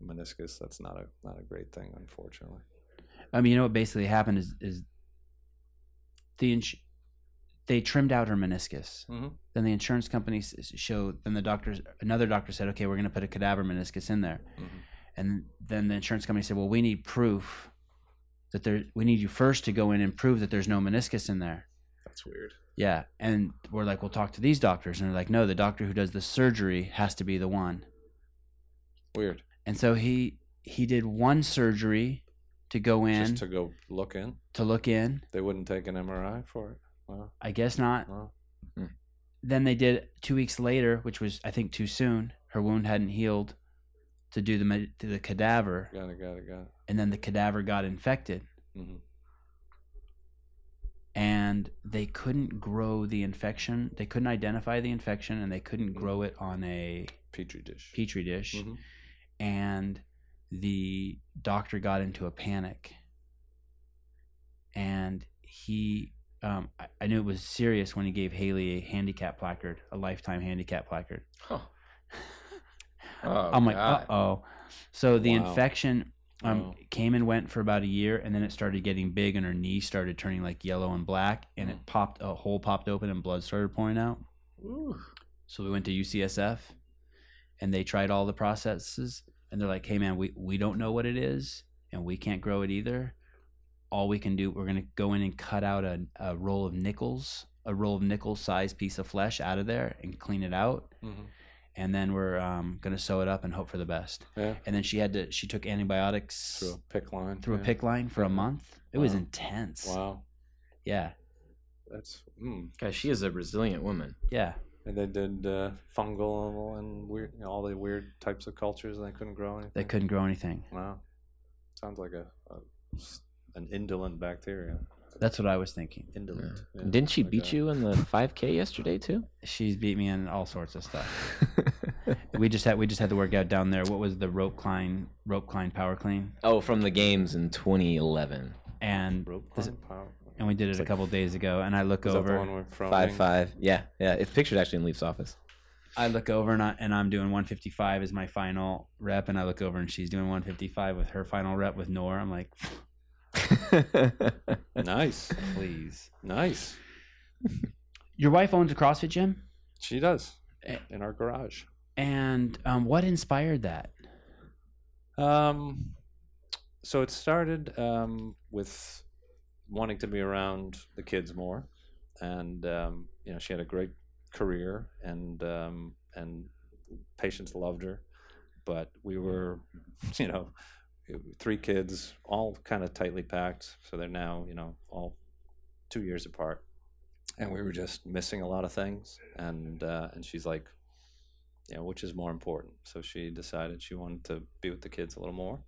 meniscus, that's not a not a great thing, unfortunately. I mean, you know what basically happened is is the ins- they trimmed out her meniscus. Mhm. Then the insurance company s- s- showed. Then the doctors, another doctor said, "Okay, we're going to put a cadaver meniscus in there." Mhm. And then the insurance company said, "Well, we need proof that there. We need you first to go in and prove that there's no meniscus in there." That's weird. Yeah, and we're like, "We'll talk to these doctors," and they're like, "No, the doctor who does the surgery has to be the one." Weird. And so he he did one surgery to go in Just to go look in, to look in. they wouldn't take an MRI for it. Wow. I guess not. Wow. then they did two weeks later, which was I think too soon. Her wound hadn't healed to do the med- to the cadaver, Got it. Got it. Got it. and then the cadaver got infected, hmm and they couldn't grow the infection. They couldn't identify the infection, and they couldn't grow it on a Petri dish. petri dish. Mhm. And the doctor got into a panic, and he. Um, I, I knew it was serious when he gave Haley a handicap placard, a lifetime handicap placard. Oh, oh I'm like, uh oh. So the Wow. infection um, Wow. came and went for about a year, and then it started getting big, and her knee started turning like yellow and black, and Hmm. it popped a hole popped open, and blood started pouring out. So we went to UCSF, and they tried all the processes, and they're like, "Hey man, we we don't know what it is, and we can't grow it either. All we can do, we're gonna go in and cut out a, a roll of nickels, a roll of nickel sized piece of flesh out of there, and clean it out." Mhm. and then we're um, gonna sew it up and hope for the best. Yeah. And then she had to she took antibiotics Through a pick line. through a yeah. pick line for a month. It was Wow. intense. Wow. Yeah, That's. Mm. Guys, she is a resilient woman. yeah. And they did uh, fungal and weird, you know, all the weird types of cultures, and they couldn't grow anything. They couldn't grow anything. Wow, sounds like a, a s- an indolent bacteria. That's what I was thinking. Indolent. yeah, oh Didn't she like beat a- you in the 5K yesterday too? She's beat me in all sorts of stuff. we just had we just had to work out down there. What was the rope climb rope climb power clean? Oh, from the games in 2011. And this- and we did it a couple days ago. And I look Is that the one over, we're from? Five five. Yeah, yeah. It's pictured actually in Leaf's office. I look over, and I and I'm doing 155 as my final rep. And I look over, and she's doing 155 with her final rep with Nora. I'm like, Nice, please. nice. Your wife owns a CrossFit gym, She does Eh. in our garage. and um, what inspired that? Um, so it started um, with wanting to be around the kids more, and um, you know she had a great career, and um, and patients loved her, but we were, you know, three kids, all kind of tightly packed, so they're now you know all two years apart, and we were just missing a lot of things, and uh, and she's like, you know, which is more important. So she decided she wanted to be with the kids a little more,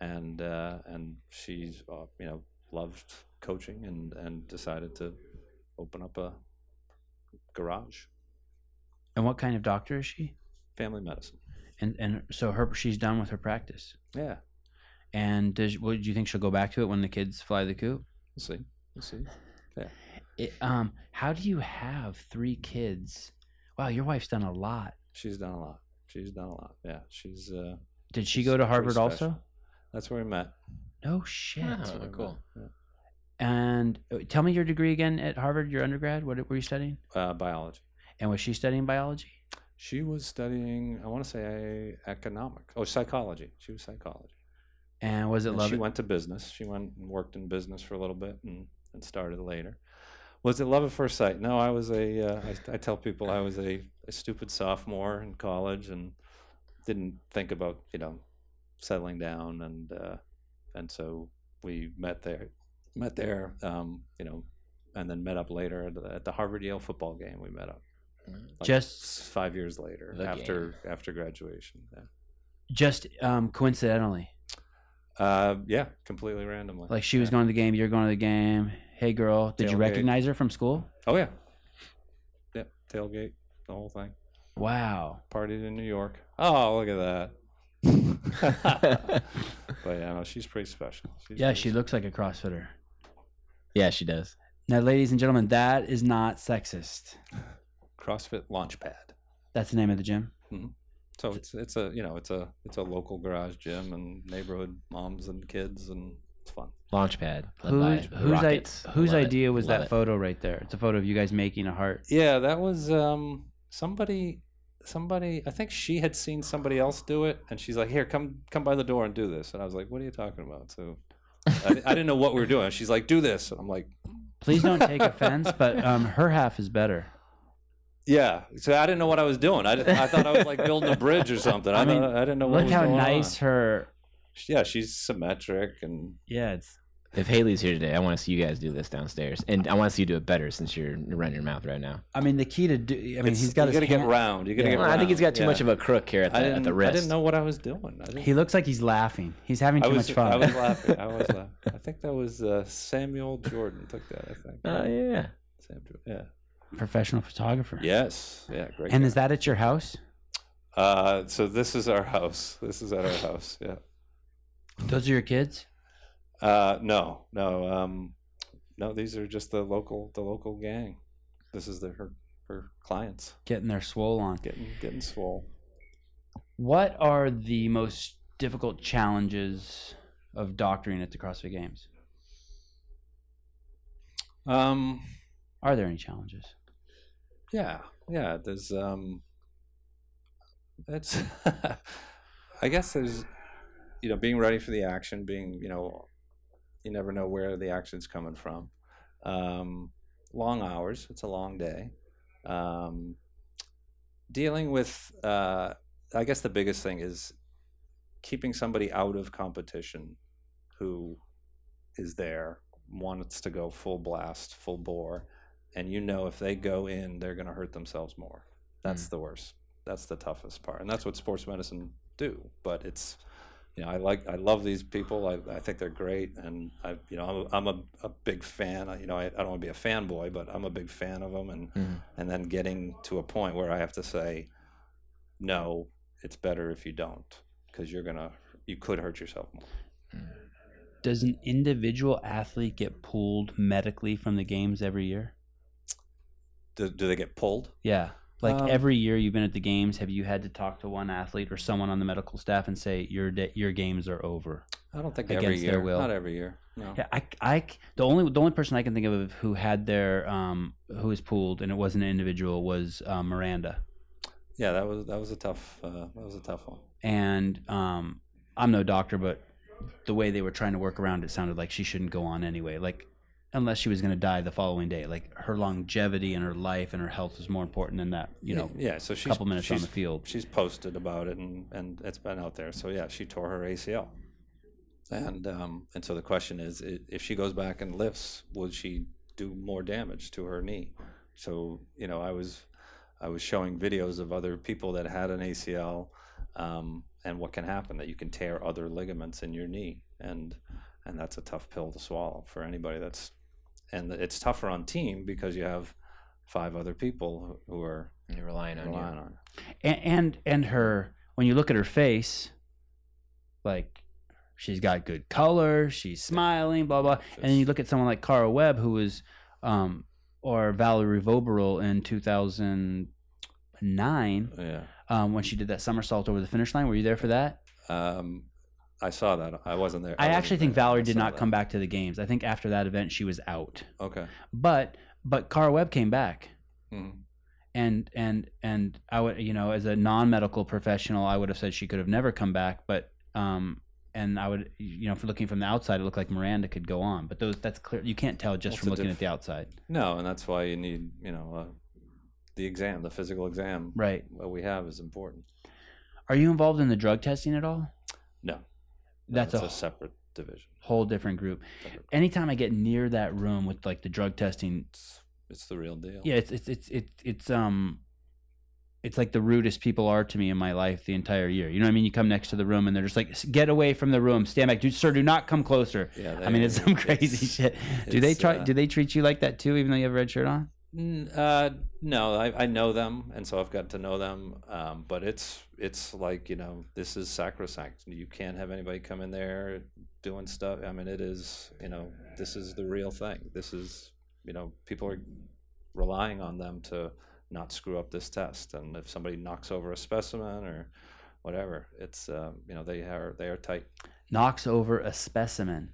and uh, and she's uh, you know loved coaching and and decided to open up a garage, And what kind of doctor is she? family medicine. And and so her she's done with her practice. Yeah, And does, well, do you think she'll go back to it when the kids fly the coop? we'll see, we'll see. It, um, how do you have three kids? Wow, your wife's done a lot. She's done a lot. She's done a lot. Yeah, she's. Uh, Did she she's go to pretty Harvard also? special. That's where we met. No shit. Yeah. That's where we cool. met, And uh, tell me your degree again at Harvard, your undergrad. What were you studying? yeah. Uh, biology. And was she studying biology? She was studying. I want to say economic. Oh, psychology. She was psychology. And was it And love? she at- went to business. She went and worked in business for a little bit and, and started later. Was it love at first sight? No, I was a. Uh, I, I tell people I was a, a stupid sophomore in college and didn't think about you know settling down and uh, and so we met there, met there, um, you know, and then met up later at the, at the Harvard Yale football game. We met up like just s- five years later The after after graduation. Yeah. just um, coincidentally, Uh, yeah, completely randomly. like she was Yeah. going to the game, you're going to the game. Hey, girl, did you Tailgate. recognize her from school? Oh yeah, yep. Tailgate, the whole thing. Wow. Partied in New York. Oh, look at that. but yeah, no, she's pretty special. She's Yeah, pretty she looks like a CrossFitter. yeah, she does. Now, ladies and gentlemen, that is not sexist. special. CrossFit Launchpad. That's the name of the gym. So it's it's a you know it's a it's a local garage gym and neighborhood moms and kids and it's fun. Launchpad. Led by Whose, whose, I, rockets. whose Love it. idea was Love that it. photo right there? It's a photo of you guys making a heart. Yeah, that was um somebody somebody I think she had seen somebody else do it and she's like, "Here, come come by the door and do this." And I was like, "What are you talking about?" So I, di- I didn't know what we were doing. She's like, "Do this." And I'm like, Please don't take offense, but um, her half is better. Yeah, so I didn't know what I was doing. I, didn't- I thought I was like building a bridge or something. I, I mean, thought, I didn't know what Look was how going nice on. her. Yeah, she's symmetric and Yeah, it's If Haley's here today, I want to see you guys do this downstairs, and I want to see you do it better since you're running your mouth right now. I mean, the key to do. I mean, it's- he's got you his. gotta get hand- round. You gotta Yeah. get Well, round. I think he's got too Yeah. much of a crook here at the, I at didn't, the wrist. I didn't know what I was doing. I didn't, He looks like he's laughing. He's having I too was, much fun. I was laughing. I was laughing. I think that was uh, Samuel Jordan took that. I think. Uh. Oh yeah. Sam Jordan. Yeah. Professional photographer. Yes. Yeah. Great. And guy. is that at your house? uh, so this is our house. This is at our house. Yeah. Those are your kids. Uh, no, no, um, no. These are just the local, the local gang. This is the, her, her clients. Getting their swole on. getting getting swole. What are the most difficult challenges of doctoring at the CrossFit Games? Um, Are there any challenges? yeah, yeah. There's um, that's I guess there's you know being ready for the action, being you know you never know where the action's coming from. Um, long hours. It's a long day. Um, dealing with uh, I guess the biggest thing is keeping somebody out of competition who is there wants to go full blast, full bore, and you know if they go in, they're going to hurt themselves more. That's Hmm. the worst. That's the toughest part, and that's what sports medicine do. But it's, you know, I like, I love these people. I, I think they're great, and I, you know, I'm, a, I'm a, a big fan. I- You know, I, I don't want to be a fanboy, but I'm a big fan of them, and Mhm. and then getting to a point where I have to say, no, it's better if you don't because you're gonna you could hurt yourself more. Does an individual athlete get pulled medically from the games every year? Do, do they get pulled? Yeah. Like Um, every year you've been at the games, have you had to talk to one athlete or someone on the medical staff and say your da- your games are over? I don't think every Against year. their will. Not every year. No. Yeah, I, I c- the only the only person I can think of who had their um who was pulled and it wasn't an individual was uh, Miranda. Yeah, that was that was a tough uh, that was a tough one. and um, I'm no doctor, but the way they were trying to work around it sounded like she shouldn't go on anyway. Like, unless she was going to die the following day. Like, her longevity and her life and her health was more important than that. You know, yeah. So she's couple minutes she's, on the field. she's posted about it and and it's been out there. So yeah, she tore her ACL, and um and so the question is, i- if she goes back and lifts, will she do more damage to her knee? So you know, I was I was showing videos of other people that had an ACL, um, and what can happen that you can tear other ligaments in your knee, and and that's a tough pill to swallow for anybody. That's and it's tougher on team because you have five other people who who are You're relying on you. relying on. it. And, and and her when you look at her face, like she's got good color, she's smiling, blah blah. And then you look at someone like Cara Webb, who was, um, or Valerie Voberl in 2009. Yeah. um, when she did that somersault over the finish line. Were you there for that? Um, I saw that. I wasn't there. I, wasn't actually think there. Valerie I did saw not that. come back to the games. I think after that event she was out. Okay. But but Cara Webb came back. Mhm. And and and I would you know as a non medical professional I would have said she could have never come back. But um and I would you know for looking from the outside it looked like Miranda could go on. But those that's clear you can't tell just Well, from it's a looking diff- at the outside. No, and that's why you need, you know, uh, the exam, the physical exam. Right. What we have is important. Are you involved in the drug testing at all? No, No, That's it's a a separate division. Whole different group. Separate. Anytime I get near that room with like the drug testing, It's, it's the real deal. yeah it's it's it's it's, it's um it's like the rudest people are to me in my life the entire year you know what i mean you come next to the room and they're just like "S- get away from the room stand back dude sir do not come closer Yeah. i mean they- it's some crazy shit do they it's, try uh, do they treat you like that too even though you have a red shirt on N- Uh, no, I, I know them, and so I've got to know them. Um, but it's it's like you know, this is sacrosanct. You can't have anybody come in there doing stuff. I mean, it is you know, this is the real thing. This is you know, people are relying on them to not screw up this test. And if somebody knocks over a specimen or whatever, it's um, you know, they are they are tight. knocks over a specimen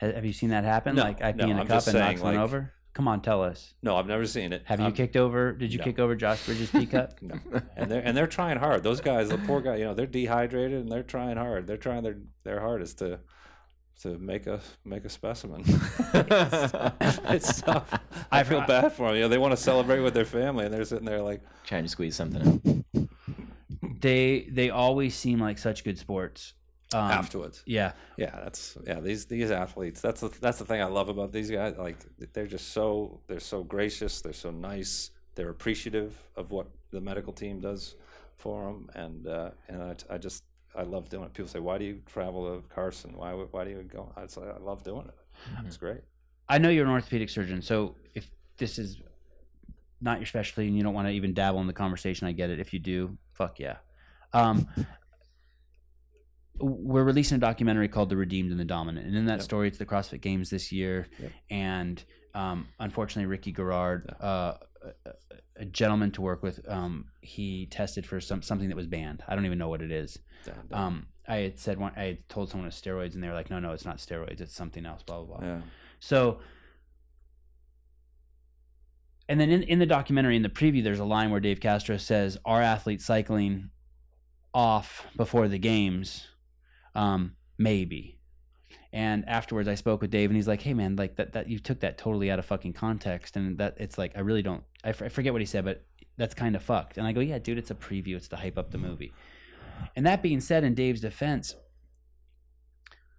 Ha- have you seen that happen No, like i pee no, in a I'm cup just and saying, knocks one like- over come on tell us No, I've never seen it. have you Um, kicked over did you no. kick over josh bridges pee cup No. and they're and they're trying hard. Those guys, the poor guy, you know, they're dehydrated and they're trying hard. They're trying their their hardest to to make a make a specimen. it's tough. I feel bad for them. You know, they want to celebrate with their family, and they're sitting there like, Trying to squeeze something out. they they always seem like such good sports um, afterwards. yeah Yeah, that's yeah. These these athletes. That's the that's the thing I love about these guys. Like they're just so they're so gracious. They're so nice. They're appreciative of what the medical team does for them. And uh, and I, I just I love doing it. People say, why do you travel to Carson? Why would- why do you go? I say, I love doing Mm-hmm. it. It's great. I know you're an orthopedic surgeon, so if this is not your specialty and you don't want to even dabble in the conversation, I get it. If you do, fuck yeah. Um, we're releasing a documentary called "The Redeemed and the Dominant," and in that Yep. story, it's the CrossFit Games this year, Yep. and um, unfortunately, Ricky Garrard, uh, a, a gentleman to work with, um, he tested for some something that was banned. I don't even know what it is. And, uh, Um, I had said one, I had told someone it's steroids, and they were like, "No, no, it's not steroids. It's something else." Blah blah blah. yeah. So, and then in, in the documentary, in the preview, there's a line where Dave Castro says, Our athletes cycling off before the games, um, maybe. And afterwards, I spoke with Dave, and he's like, "Hey, man, like that, that you took that totally out of fucking context, and that it's like I really don't. I, f- I forget what he said, but that's kind of fucked." And I go, "Yeah, dude, it's a preview. It's to hype up the movie." And that being said, in Dave's defense,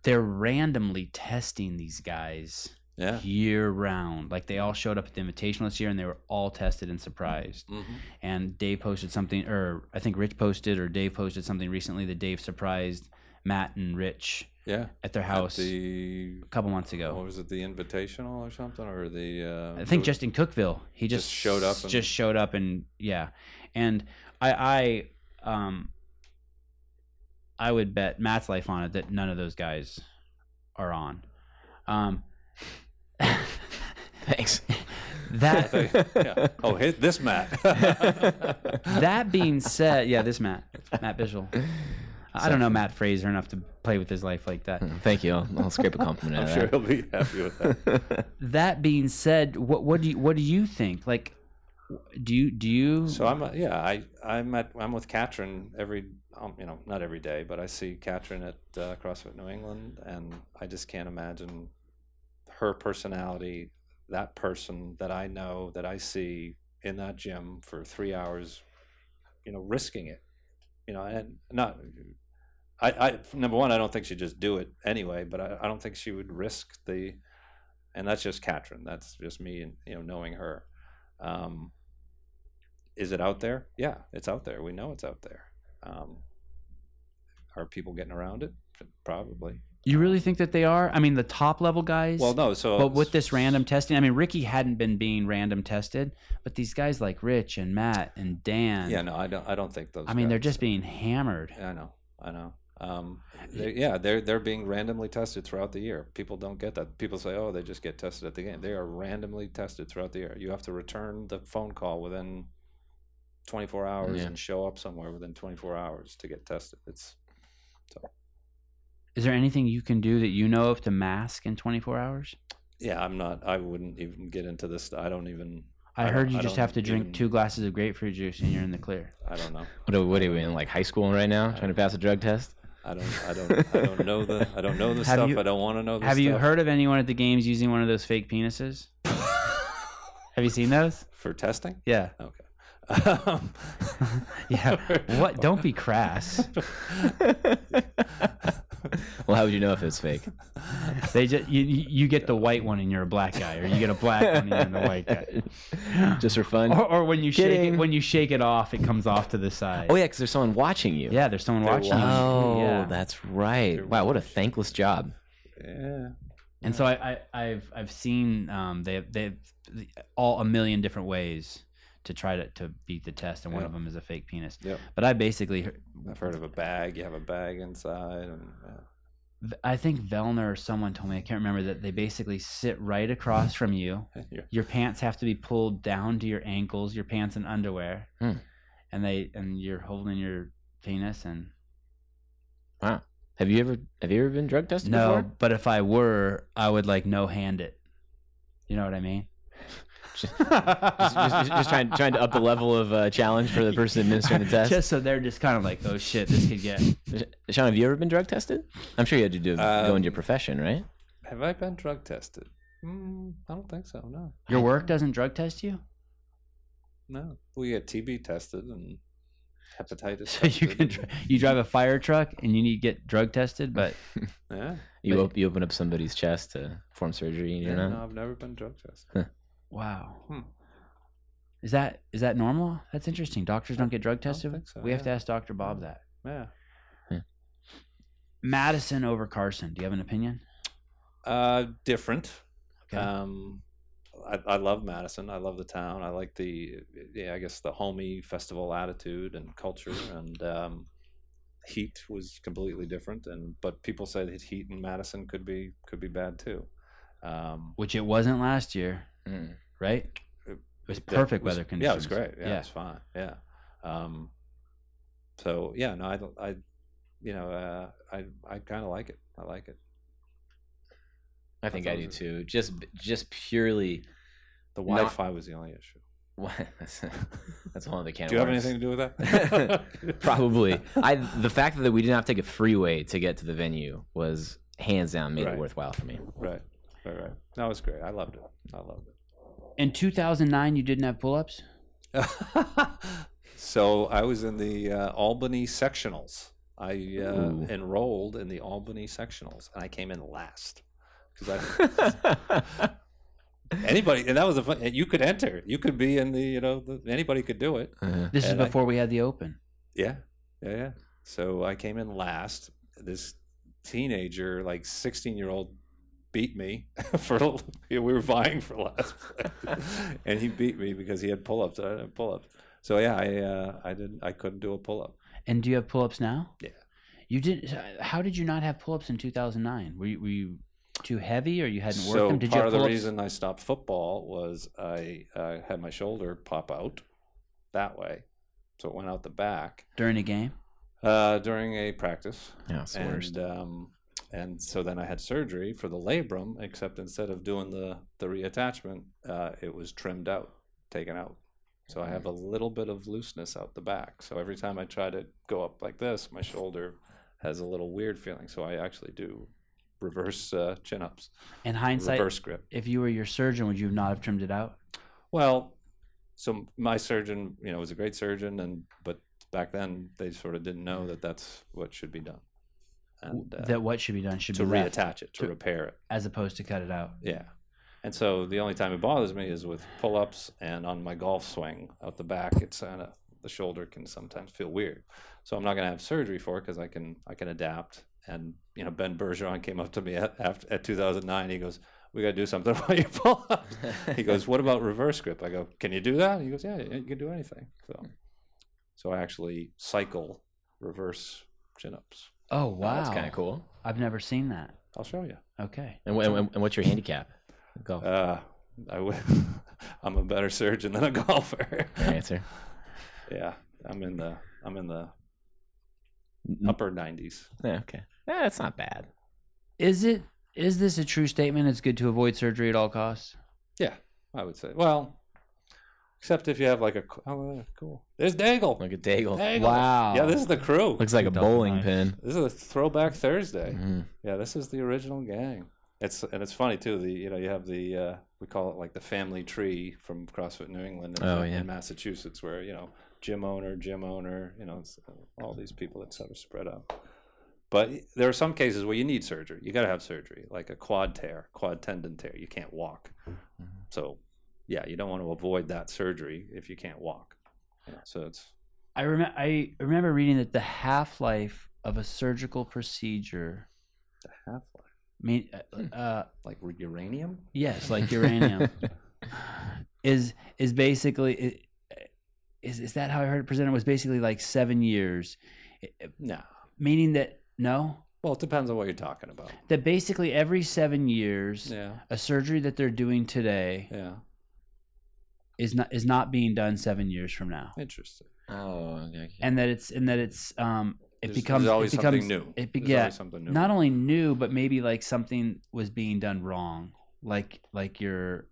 they're randomly testing these guys Yeah. year round. Like they all showed up at the Invitational this year, and they were all tested and surprised. Mhm. And Dave posted something, or I think Rich posted, or Dave posted something recently that Dave surprised Matt and Rich Yeah. at their At house the a couple months what ago. was it? The invitational or something, or the uh, I think the- just in Cookville, he just, Just showed up and- just showed up, and yeah. And I, I, Um, I would bet Matt's life on it that none of those guys are on. Um, Thanks. that yeah. Oh, hit this Matt. that being said, yeah, this Matt, Matt Bishel. I don't know Matt Fraser enough to play with his life like that. Mm, Thank you. I'll, I'll scrape a compliment I'm out sure of he'll be happy with that. that. That being said, what what do you what do you think? Like, do you do you? So I'm uh, yeah I I'm at I'm with Katrin every um, you know not every day but I see Katrin at uh, CrossFit New England and I just can't imagine her personality that person that I know that I see in that gym for three hours you know risking it you know and not I, I number one I don't think she'd just do it anyway but I, I don't think she would risk the and that's just Katrin that's just me and you know knowing her. Um, is it out there? Yeah, it's out there. We know it's out there. Um, are people getting around it? Probably. You really think that they are? I mean, the top level guys. Well, no. So, But with this random testing, I mean, Ricky hadn't been being random tested, but these guys like Rich and Matt and Dan, yeah, no, I don't. I don't think those. I mean, they're guys- just being hammered. I know. I know. Um, they yeah, they're they're being randomly tested throughout the year. People don't get that. People say, "Oh, they just get tested at the game." They are randomly tested throughout the year. You have to return the phone call within 24 hours Yeah. and show up somewhere within 24 hours to get tested. It's Is there anything you can do that you know of to mask in 24 hours? yeah, I'm not. I wouldn't even get into this. I don't even. I, I heard don't- you I just don't have to drink even- two glasses of grapefruit juice and you're in the clear. I don't know. what, are, what are we in like high school right now? Trying to pass a drug test? I don't, I don't, I don't know the, I don't know the Have stuff. you- I don't want to know the Have stuff. you heard of anyone at the games using one of those fake penises? have you seen those? for testing? Yeah. Okay. Um, Yeah. what? Don't be crass. Well, how would you know if it's fake? They just you, you you get the white one and you're a black guy, or you get a black one and you're in the white guy. Just for fun? Or, or when you shake it, Kidding. when you shake it off, it comes off to the side. oh, yeah, because there's someone watching you. Yeah, there's someone watching. you. Oh, yeah. that's right. Wow, what a thankless job. yeah. And so I, I I've I've seen um they they all a million different ways to try to, to beat the test, and one Yeah. of them is a fake penis. Yep. But I basically, heard- I've heard of a bag. You have a bag inside, and uh, I think Vellner or someone told me I can't remember that they basically sit right across from you. you're- Your pants have to be pulled down to your ankles, your pants and underwear, Hmm. and they and you're holding your penis and Have you ever have you ever been drug tested no. before? But if I were, I would like no hand it. You know what I mean? Just, just, just trying trying to up the level of uh, challenge for the person administering the test. Just so they're just kind of like, oh shit, this could get. Sean, have you ever been drug tested? I'm sure you had to do go Um, into your profession, right? have I been drug tested? Mm, I don't think so. No, Your work doesn't drug test you, no. We get TB tested and hepatitis. so you tested can and- dr- you drive a fire truck and you need to get drug tested, but yeah. You op- you open up somebody's chest to perform surgery, and yeah, you're No, not. I've never been drug tested. wow, Hmm. is that is that normal? That's interesting. Doctors don't get drug tested. think so, we have to yeah. Hmm. ask Doctor Bob that. Yeah. Madison over Carson. Do you have an opinion? Uh, different. Okay. Um, I, I love Madison. I love the town. I like the, yeah, I guess the homey festival attitude and culture. And um, heat was completely different. And but people say that heat in Madison could be could be bad too. Um, Which it wasn't last year, Mm. right? It It was that perfect was- weather conditions. Yeah, it was great. Yeah, Yeah. it was fine. Yeah. Um, so yeah, no, I, don't- I, you know, uh, I I kind of like it. I like it. I think I do Those too. Just just purely. The Not- Wi-Fi was the only issue. That's a whole other can. of Do you have worms. anything to do with that? Probably. I the fact that we didn't have to take a freeway to get to the venue was hands down made Right. it worthwhile for me. Right. Right, right. That was great. I loved it. I loved In 2009, you didn't have pull-ups. it. so I was in the uh, Albany sectionals. I uh, Ooh. enrolled in the Albany sectionals, and I came in last because Uh-huh. anybody. And that was a fun. You could enter. You could be in the. You know, the, anybody could do it. Uh, This is And I- before we had the open. Yeah, yeah, yeah. So I came in last. This teenager, like sixteen year old, beat me for we were vying for last, place. and he beat me because he had pull ups. I didn't pull ups. So yeah, I uh, I didn't I couldn't do a pull up. And do you have pull-ups now? Yeah. You did. How did you not have pull-ups in 2009? Were you, were you too heavy, or you hadn't worked so them? Did you part have of the pull-ups? reason I stopped football was I uh, had my shoulder pop out that way, so it went out the back during a game? uh, during a practice, Yeah, it's the worst. and um, and so then I had surgery for the labrum, except instead of doing the the reattachment, uh, it was trimmed out, taken out. So I have a little bit of looseness out the back. So every time I try to go up like this, my shoulder has a little weird feeling. So I actually do reverse uh, chin ups, In hindsight, reverse grip. if you were your surgeon, would you have not have trimmed it out? Well, so my surgeon, you know, was a great surgeon, and but back then they sort of didn't know that that's what should be done, and uh, that what should be done should to be left, reattach it, to, to- repair it. as opposed to cut it out. Yeah, and so the only time it bothers me is with pull-ups and on my golf swing out the back. It's kind of the shoulder can sometimes feel weird, so I'm not going to have surgery for it because I can I can adapt. And you know, Ben Bergeron came up to me at, after, at 2009. He goes, "We got to do something about your pull-ups." he goes, "What about reverse grip?" I go, "Can you do that?" He goes, "Yeah, you can do anything." So, so I actually cycle reverse chin-ups. Oh Wow, wow, that's kind of cool. I've never seen that. I'll show you. Okay, And, wh- and, and what's your handicap? Golf. Uh, I w- I'm a better surgeon than a golfer. Fair answer. yeah, I'm in the I'm in the Mm. upper 90s. Yeah, okay. Eh, that's not bad. is it is this a true statement? It's good to avoid surgery at all costs. Yeah, I would say. Well, except if you have like a c- oh, uh, cool. There's Daigle. Look at Daigle. Daigle. Wow. Yeah, this is the crew. Looks like a bowling pin. This is a throwback Thursday. Mhm. Yeah, this is the original gang. It's and it's funny too. The you know you have the uh, we call it like the family tree from CrossFit New England in, Oh, yeah. in Massachusetts, where you know gym owner, gym owner, you know it's uh, all these people that sort of spread out. But there are some cases where you need surgery. You got to have surgery, like a quad tear, quad tendon tear. You can't walk, Mm-hmm. so yeah, you don't want to avoid that surgery if you can't walk. You know, so it's I remember I remember reading that the half life of a surgical procedure. half I mean, Hmm. uh, uh, like uranium. yes, like uranium is is basically is is that how I heard it presented? It was basically like seven years, No. meaning that no, Well, it depends on what you're talking about. that basically every seven years, Yeah. a surgery that they're doing today Yeah. is not is not being done seven years from now, Interesting. Oh, okay. and that it's and that it's um it There's- becomes there's always it becomes something new. it be- There's yeah, always something new. not only new but maybe like something was being done wrong, like like your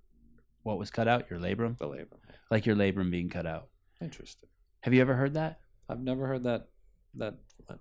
what was cut out your labrum, the labor. like your labrum being cut out. Interesting. Have you ever heard that? I've never heard that that, that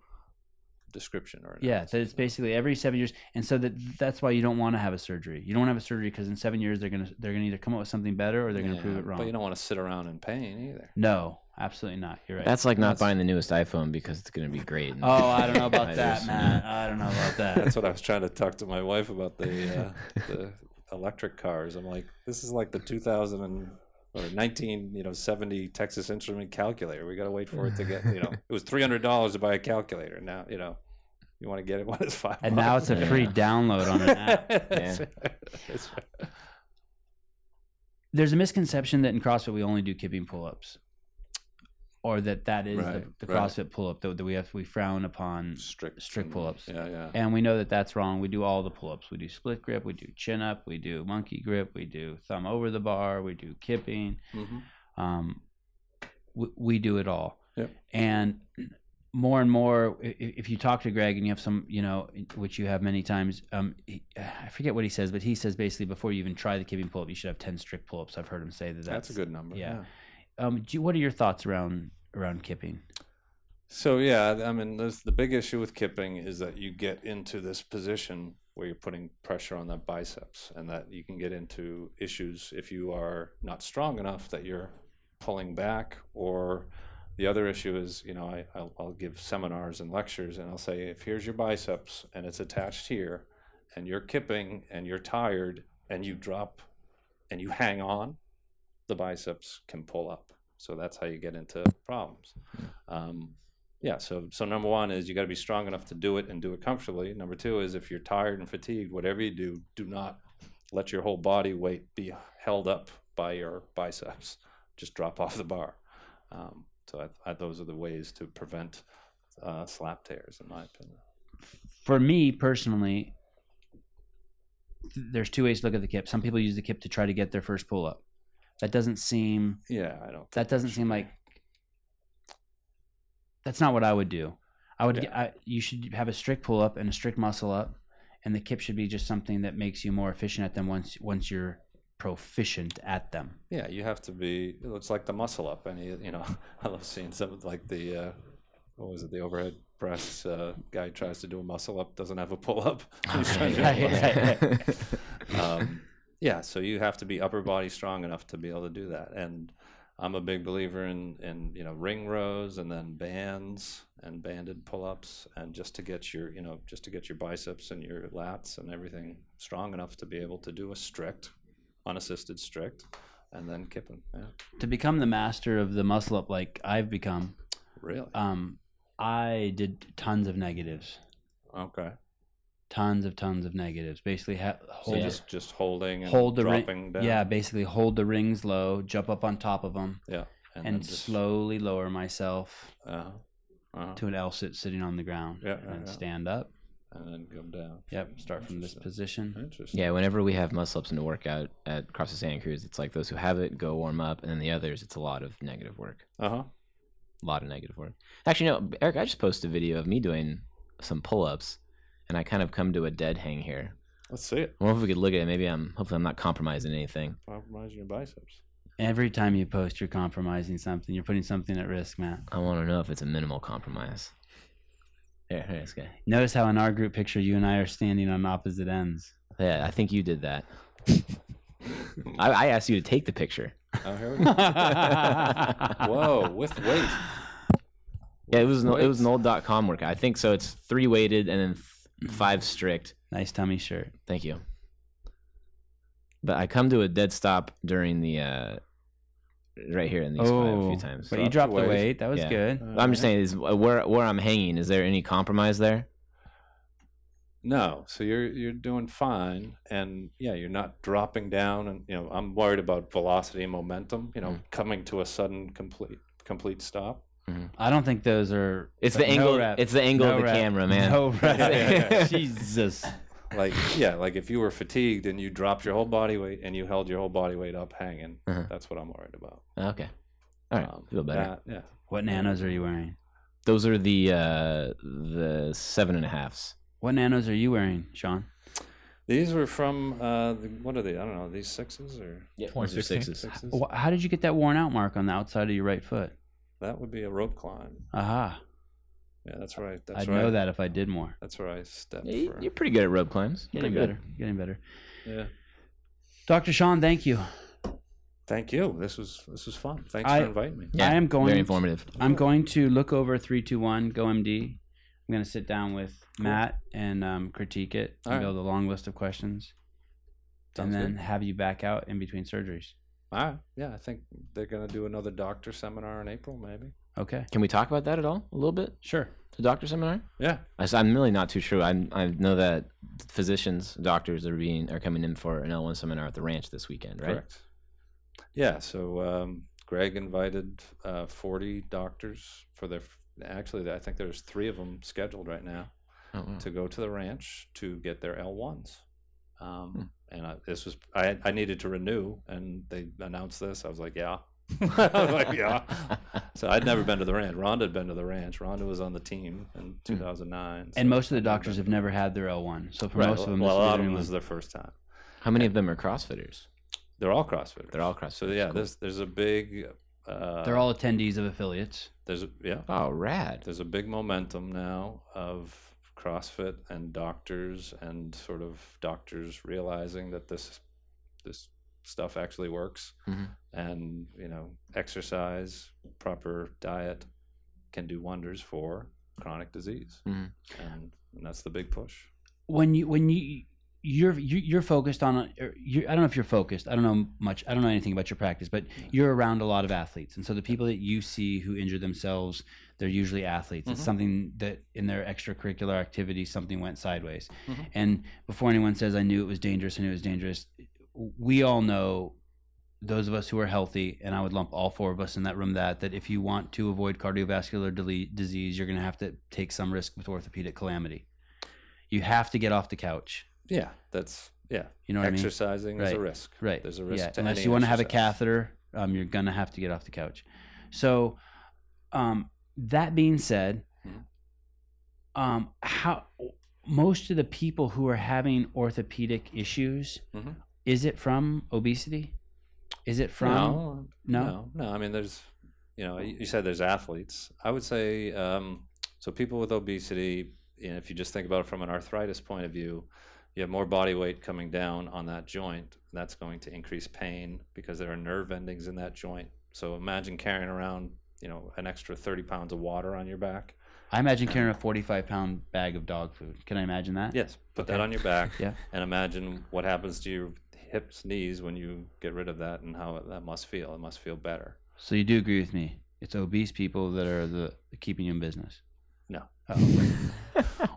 description or Yeah, that it's basically every seven years, and so that that's why you don't want to have a surgery. You don't want to have a surgery because in seven years they're gonna they're gonna either come up with something better or they're gonna prove it wrong. But you don't want to sit around in pain either. no, absolutely not. You're right. That's like not That's- buying the newest iPhone because it's going to be great. in Oh, I don't know about five that, years. Matt. I don't know about that. That's what I was trying to talk to my wife about the uh, the electric cars. I'm like, this is like the 2000 and, or 19, you know, 70 Texas Instrument calculator. We got to wait for it to get, you know, it was $300 to buy a calculator. Now, you know, you want to get it when it's five. And now it's a free Yeah. download on an app. That's Yeah. right. That's right. There's a misconception that in CrossFit we only do kipping pull-ups, or that that is Right, the, the right. CrossFit pull-up that, that we have we frown upon, Strict Strict and- pull-ups. Yeah, yeah. and we know that that's wrong. We do all the pull-ups. We do split grip. We do chin up. We do monkey grip. We do thumb over the bar. We do kipping. Mhm. um, we, we do it all Yep. and more and more i- i- if you talk to greg and you have some you know which you have many times um, he, i forget what he says but he says basically before you even try the kipping pull-up you should have 10 strict pull-ups i've heard him say that That's, that's, a good number. yeah. um, do you, what are your thoughts around around kipping So yeah, I mean, this, the big issue with kipping is that you get into this position where you're putting pressure on that biceps, and that you can get into issues if you are not strong enough that you're pulling back. Or the other issue is, you know, I, I'll, I'll give seminars and lectures, and I'll say, if here's your biceps and it's attached here, and you're kipping and you're tired and you drop and you hang on, the biceps can pull up. So that's how you get into problems. Um, yeah. So so number one is you got to be strong enough to do it and do it comfortably. Number two is if you're tired and fatigued, whatever you do, do not let your whole body weight be held up by your biceps. Just drop off the bar. Um, so I, I, those are the ways to prevent uh, slap tears, in my opinion. for me personally, th- there's two ways to look at the kip. Some people use the kip to try to get their first pull up. That doesn't seem Yeah, I don't. that doesn't seem like that's not what I would do. I would Yeah. I, you should have a strict pull up and a strict muscle up, and the kip should be just something that makes you more efficient at them once once you're proficient at them. Yeah, you have to be. It's like the muscle up, and you, you know, I love seeing some of, like the uh, what was it? The overhead press uh, guy tries to do a muscle up, doesn't have a pull up. He's trying to do a muscle up. um, yeah, so you have to be upper body strong enough to be able to do that. And I'm a big believer in in you know ring rows and then bands and banded pull ups and just to get your you know just to get your biceps and your lats and everything strong enough to be able to do a strict, unassisted strict, and then kipping. Yeah, To become the master of the muscle up like I've become, really. um, I did tons of negatives. okay. tons of tons of negatives. Basically, ha- So hold just just holding and hold the ring. dropping down. Yeah, basically hold the rings low, jump up on top of them, Yeah. and, then slowly lower myself Uh-huh. Uh-huh. to an L sit sitting on the ground, Yeah, and yeah, then yeah. stand up. And then come down. Yep, start from this Interesting. position. Interesting. Yeah, whenever we have muscle ups in a workout at CrossFit Santa Cruz, it's like those who have it go warm up, and then the others, it's a lot of negative work. Uh huh. A lot of negative work. Actually, no, Eric, I just posted a video of me doing some pull ups, and I kind of come to a dead hang here. Let's see it. I wonder if we could look at it. Maybe I'm, hopefully, I'm not compromising anything. Compromising your biceps. Every time you post, you're compromising something. You're putting something at risk, man. I want to know if it's a minimal compromise. Here, here, this guy. Notice how in our group picture, you and I are standing on opposite ends. Yeah, I think you did that. I, I asked you to take the picture. Oh, here we go. Whoa, with weight. Yeah, it was an, it was an Weights. old dot com workout. I think so. It's three weighted and then th- five strict. nice tummy shirt. Thank you. But I come to a dead stop during the uh, right here in these five a Oh, few times. But you Drop dropped the the weight. weight. That was Yeah. good. Uh. I'm just saying is uh, where where I'm hanging. Is there any compromise there? No, so you're you're doing fine, and yeah, you're not dropping down, and you know I'm worried about velocity and momentum. You know, Mm. coming to a sudden complete complete stop. I don't think those are. It's but the no angle. rep. it's the angle No of the rep. camera, man. No rep. rep. Jesus. Like yeah, like if you were fatigued and you dropped your whole body weight and you held your whole body weight up hanging, Uh-huh. that's what I'm worried about. Um, Okay. All right. Um, feel better. uh, that- yeah. What nanos are you wearing? Those are the uh, the seven and a halfs. What nanos are you wearing, Sean? These were from uh, the, what are they? I don't know. These sixes or Yeah, Points are sixes. sixes? Wh- How did you get that worn out mark on the outside of your right foot? That would be a rope climb. Aha. Yeah, that's right. That's I'd right. know that if I did more. That's where I stepped You- for. You're pretty good at rope climbs. Pretty Getting good. better. Getting better. Yeah. Dr. Sean, thank you. Thank you. This was this was fun. Thanks I- for inviting me. Yeah, I am going Very informative. I'm going to look over 321 GoMD. I'm going to sit down with Matt and um, critique it and All right. build a long list of questions Sounds and then good. have you back out in between surgeries. All right. Yeah, I think they're gonna do another doctor seminar in April, maybe. Okay. Can we talk about that at all? A little bit? Sure. The doctor seminar? Yeah. I s- I'm really not too sure. I I know that physicians, doctors are being are coming in for an L1 seminar at the ranch this weekend, right? Correct. Yeah. So um, Greg invited uh, 40 doctors for their. Actually, I think there's three of them scheduled right now Oh, wow. to go to the ranch to get their L1s. Hmm. Um, And I, this was I, I needed to renew, and they announced this. I was like, yeah. I was like, Oh, yeah. So I'd never been to the ranch. Rhonda had been to the ranch. Rhonda was on the team in 2009. Hmm. And so most of the I'd never doctors have never had their L1. So for Right. most of them, well, a lot of this them will be this is their new their first time. How many of them are CrossFitters? They're all CrossFitters. They're all So CrossFitters. yeah, there's there's a big. Uh, one. They're all attendees of affiliates. there's a, yeah Oh, rad. there's a big momentum now of CrossFit and doctors and sort of doctors realizing that this this stuff actually works Mm-hmm. Mhm. and you know exercise proper diet can do wonders for chronic disease Mhm. Mm-hmm. and, and that's the big push when you when you you're you- you're focused on a- or you I don't know if you're focused. I don't know much. I don't know anything about your practice, but you're around a lot of athletes, and so the people that you see who injure themselves, they're usually athletes. It's Mhm. something that in their extracurricular activities something went sideways. Mhm. And before anyone says I knew it was dangerous, I knew it was dangerous. We all know those of us who are healthy, and I would lump all four of us in that room. That that if you want to avoid cardiovascular dele- disease, you're going to have to take some risk with orthopedic calamity. You have to get off the couch. Yeah, that's yeah. You know what I mean? Exercising is a Right. risk. Right. There's a risk. Yeah, to unless any you want to have a exercise. catheter, um, you're gonna have to get off the couch. So, um, that being said, Mhm. um, how most of the people who are having orthopedic issues, Mhm. is it from obesity? Is it from no, no? no, no. I mean, there's, you know, you you said there's athletes. I would say, um, so people with obesity, you know, if you just think about it from an arthritis point of view, you have more body weight coming down on that joint. and That's going to increase pain because there are nerve endings in that joint. So imagine carrying around, you know, an extra 30 pounds of water on your back. I imagine carrying a 45 pound bag of dog food. Can I imagine that? Yes, put that Okay. on your back. Yeah. And imagine what happens to your hips, knees when you get rid of that and how it- that must feel. It must feel better. So you do agree with me? It's obese people that are the keeping you in business. No. Oh.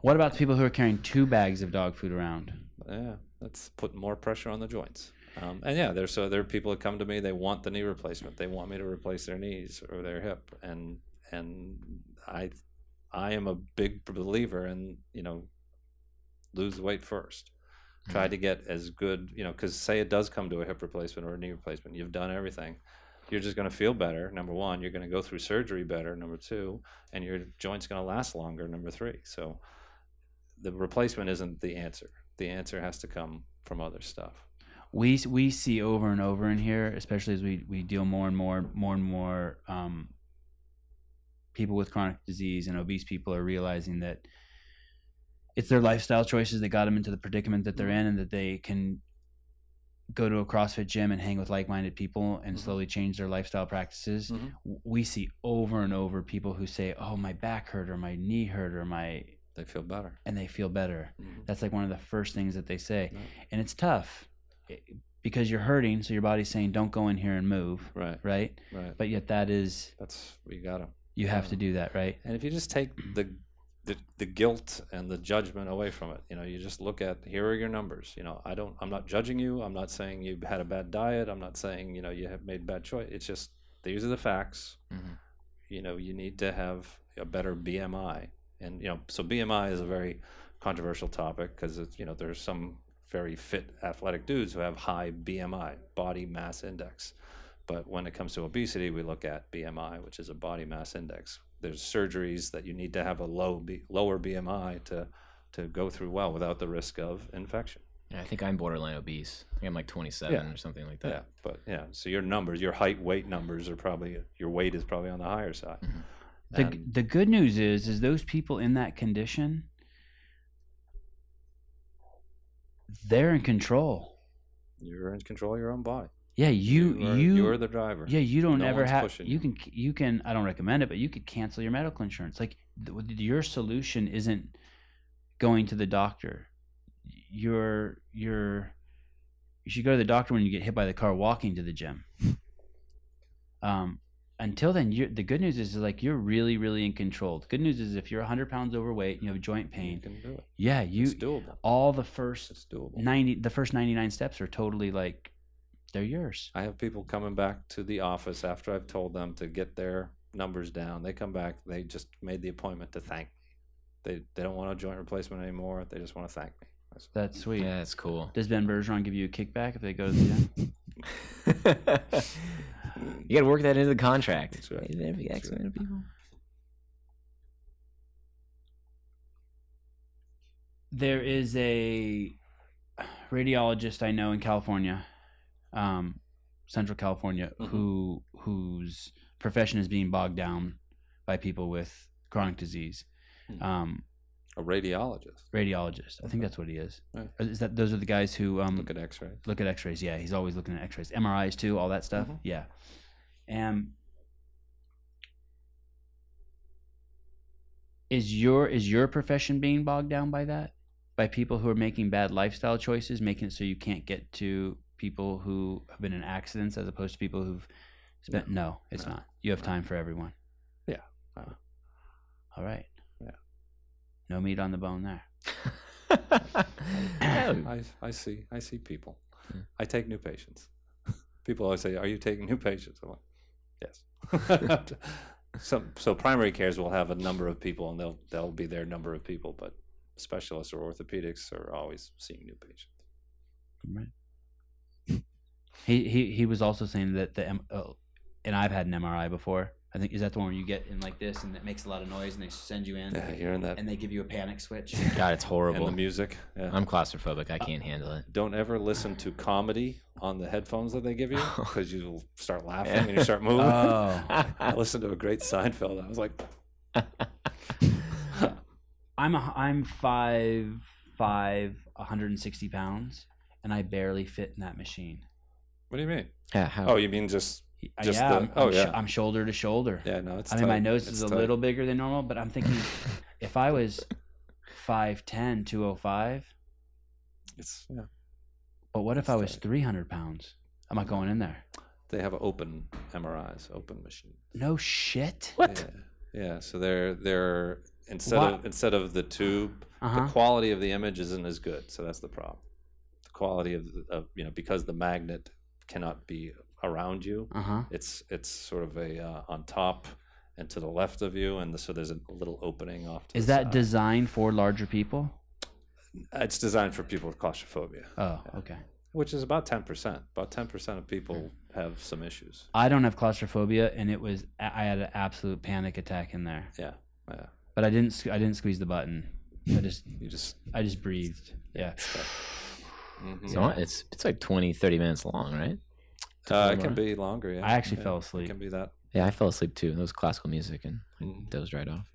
what about the people who are carrying two bags of dog food around? yeah, that's put more pressure on the joints. Um, and yeah, there's so there are people that come to me. They want the knee replacement. They want me to replace their knees or their hip. And and I, I am a big believer in you know, lose weight first. Try to get as good you know because say it does come to a hip replacement or a knee replacement, you've done everything. You're just going to feel better. Number one, you're going to go through surgery better. Number two, and your joint's going to last longer. Number three, so the replacement isn't the answer the answer has to come from other stuff. We we see over and over in here, especially as we we deal more and more more and more um, people with chronic disease and obese people are realizing that it's their lifestyle choices that got them into the predicament that they're in, and that they can go to a CrossFit gym and hang with like-minded people and Mhm. slowly change their lifestyle practices. Mhm. W- We see over and over people who say, "Oh, my back hurt or my knee hurt or my," They feel better. and they feel better. Mm-hmm. That's like one of the first things that they say. Yeah. And it's tough eh, because you're hurting. So your body's saying, don't go in here and move. Right, Right. right. But yet that is, That's you got to. you have to do that. Right. And if you just take the, the the guilt and the judgment away from it, you know, you just look at here are your numbers. You know, I don't. I'm not judging you. I'm not saying you had a bad diet. I'm not saying you know you have made bad choice. It's just these are the facts. Mhm. You know, you need to have a better BMI, and you know, so BMI is a very controversial topic because it's you know there's some very fit athletic dudes who have high BMI, body mass index. But when it comes to obesity, we look at BMI, which is a body mass index. There's surgeries that you need to have a low B, lower BMI to to go through well without the risk of infection. Yeah, I think I'm borderline obese. I think I'm like 27 Yeah. or something like Yeah, that. but yeah, so your numbers, your height, weight numbers are probably your weight is probably on the higher side. Mhm. The, And- the good news is, is those people in that condition, they're in control. you're in control of your own body. Yeah. You, are, you, are the driver. yeah, you don't No ever one's have. pushing You you. can, you can. I don't recommend it, but you could cancel your medical insurance. Like th- your solution isn't going to the doctor. You're, you're. You should go to the doctor when you get hit by the car walking to the gym. Um, until then, you're, the good news is, is like you're really, really in control. The good news is if you're 100 pounds overweight and you have joint you pain, can do it. yeah, you it's doable. all the first It's doable. 90, the first 99 steps are totally like they're yours. I have people coming back to the office after I've told them to get their numbers down. They come back, they just made the appointment to thank me. They they don't want a joint replacement anymore. They just want to thank me. I said, That's sweet. Yeah, that's cool. Does Ben Bergeron give you a kickback if they go to the gym? you got to work that into the contract. That's right. Even if you That's ask right. other people. there is a radiologist I know in California, um, Central California, Mhm. who whose profession is being bogged down by people with chronic disease. Hmm. Um, A radiologist. radiologist, I Okay. think that's what he is. Yeah. Is that those are the guys who um, Look at x rays. look at x-rays yeah he's always looking at x-rays mris too all that stuff Mhm. yeah um is your is your profession being bogged down by that by people who are making bad lifestyle choices making it so you can't get to people who have been in accidents as opposed to people who've spent no, it's No. not you have time for everyone Yeah. Uh. all right Yeah. no meat on the bone there Oh, I, I see I see people. Yeah. I take new patients. people always say, "Are you taking new patients?" I'm like, "Yes." so, so primary cares will have a number of people, and they'll they'll be their number of people, but specialists or orthopedics are always seeing new patients. Right. he he he was also saying that the M- oh, and I've had an MRI before. I think is that the one where you get in like this and it makes a lot of noise and they send you in Yeah, you're in that and they give you a panic switch. God, it's and horrible. the music. Yeah. I'm claustrophobic. I can't handle it. don't ever listen to comedy on the headphones that they give you because you'll start laughing and you start moving. Oh. Oh. I listened to a great Seinfeld. I was like, I'm a, I'm five five, 160 pounds, and I barely fit in that machine. "What do you mean? Yeah, how? Oh, you mean just Just yeah, the- I'm, oh, I'm, yeah. I'm shoulder to shoulder. yeah? No, it's. I mean, tight. my nose It's is a tight. little bigger than normal, but I'm thinking if I was 5'10", 205, It's, yeah. but what if I was Tight. 300 pounds? Am I going in there? They have open MRIs, open machines. No shit. What? Yeah, yeah. So they're they're instead Why- of instead of the tube, Uh-huh. the quality of the image isn't as good. So that's the problem. The quality of, of you know because the magnet cannot be around you. Uh huh. it's it's sort of a uh, on top and to the left of you, and so there's a little opening off. To Is the that side. designed for larger people? it's designed for people with claustrophobia, Oh, okay. which is about ten percent. About ten percent of people Hmm. have some issues. I don't have claustrophobia, and it was I had an absolute panic attack in there, Yeah, yeah. but I didn't sque- I didn't squeeze the button. I just You just I just breathed. Yeah. mhm. So it's it's like 20, 30 minutes long, right? uh, it can be longer. Yeah, I actually yeah. fell It asleep. can be that. Yeah, I fell asleep too. That was classical music and I Mhm. dozed right off.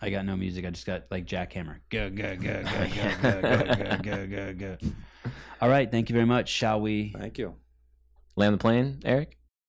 I got no music. I just got like jackhammer. Go go go go go go go go go go. All right. Thank you very much. Shall we? Thank you. Land the plane, Eric?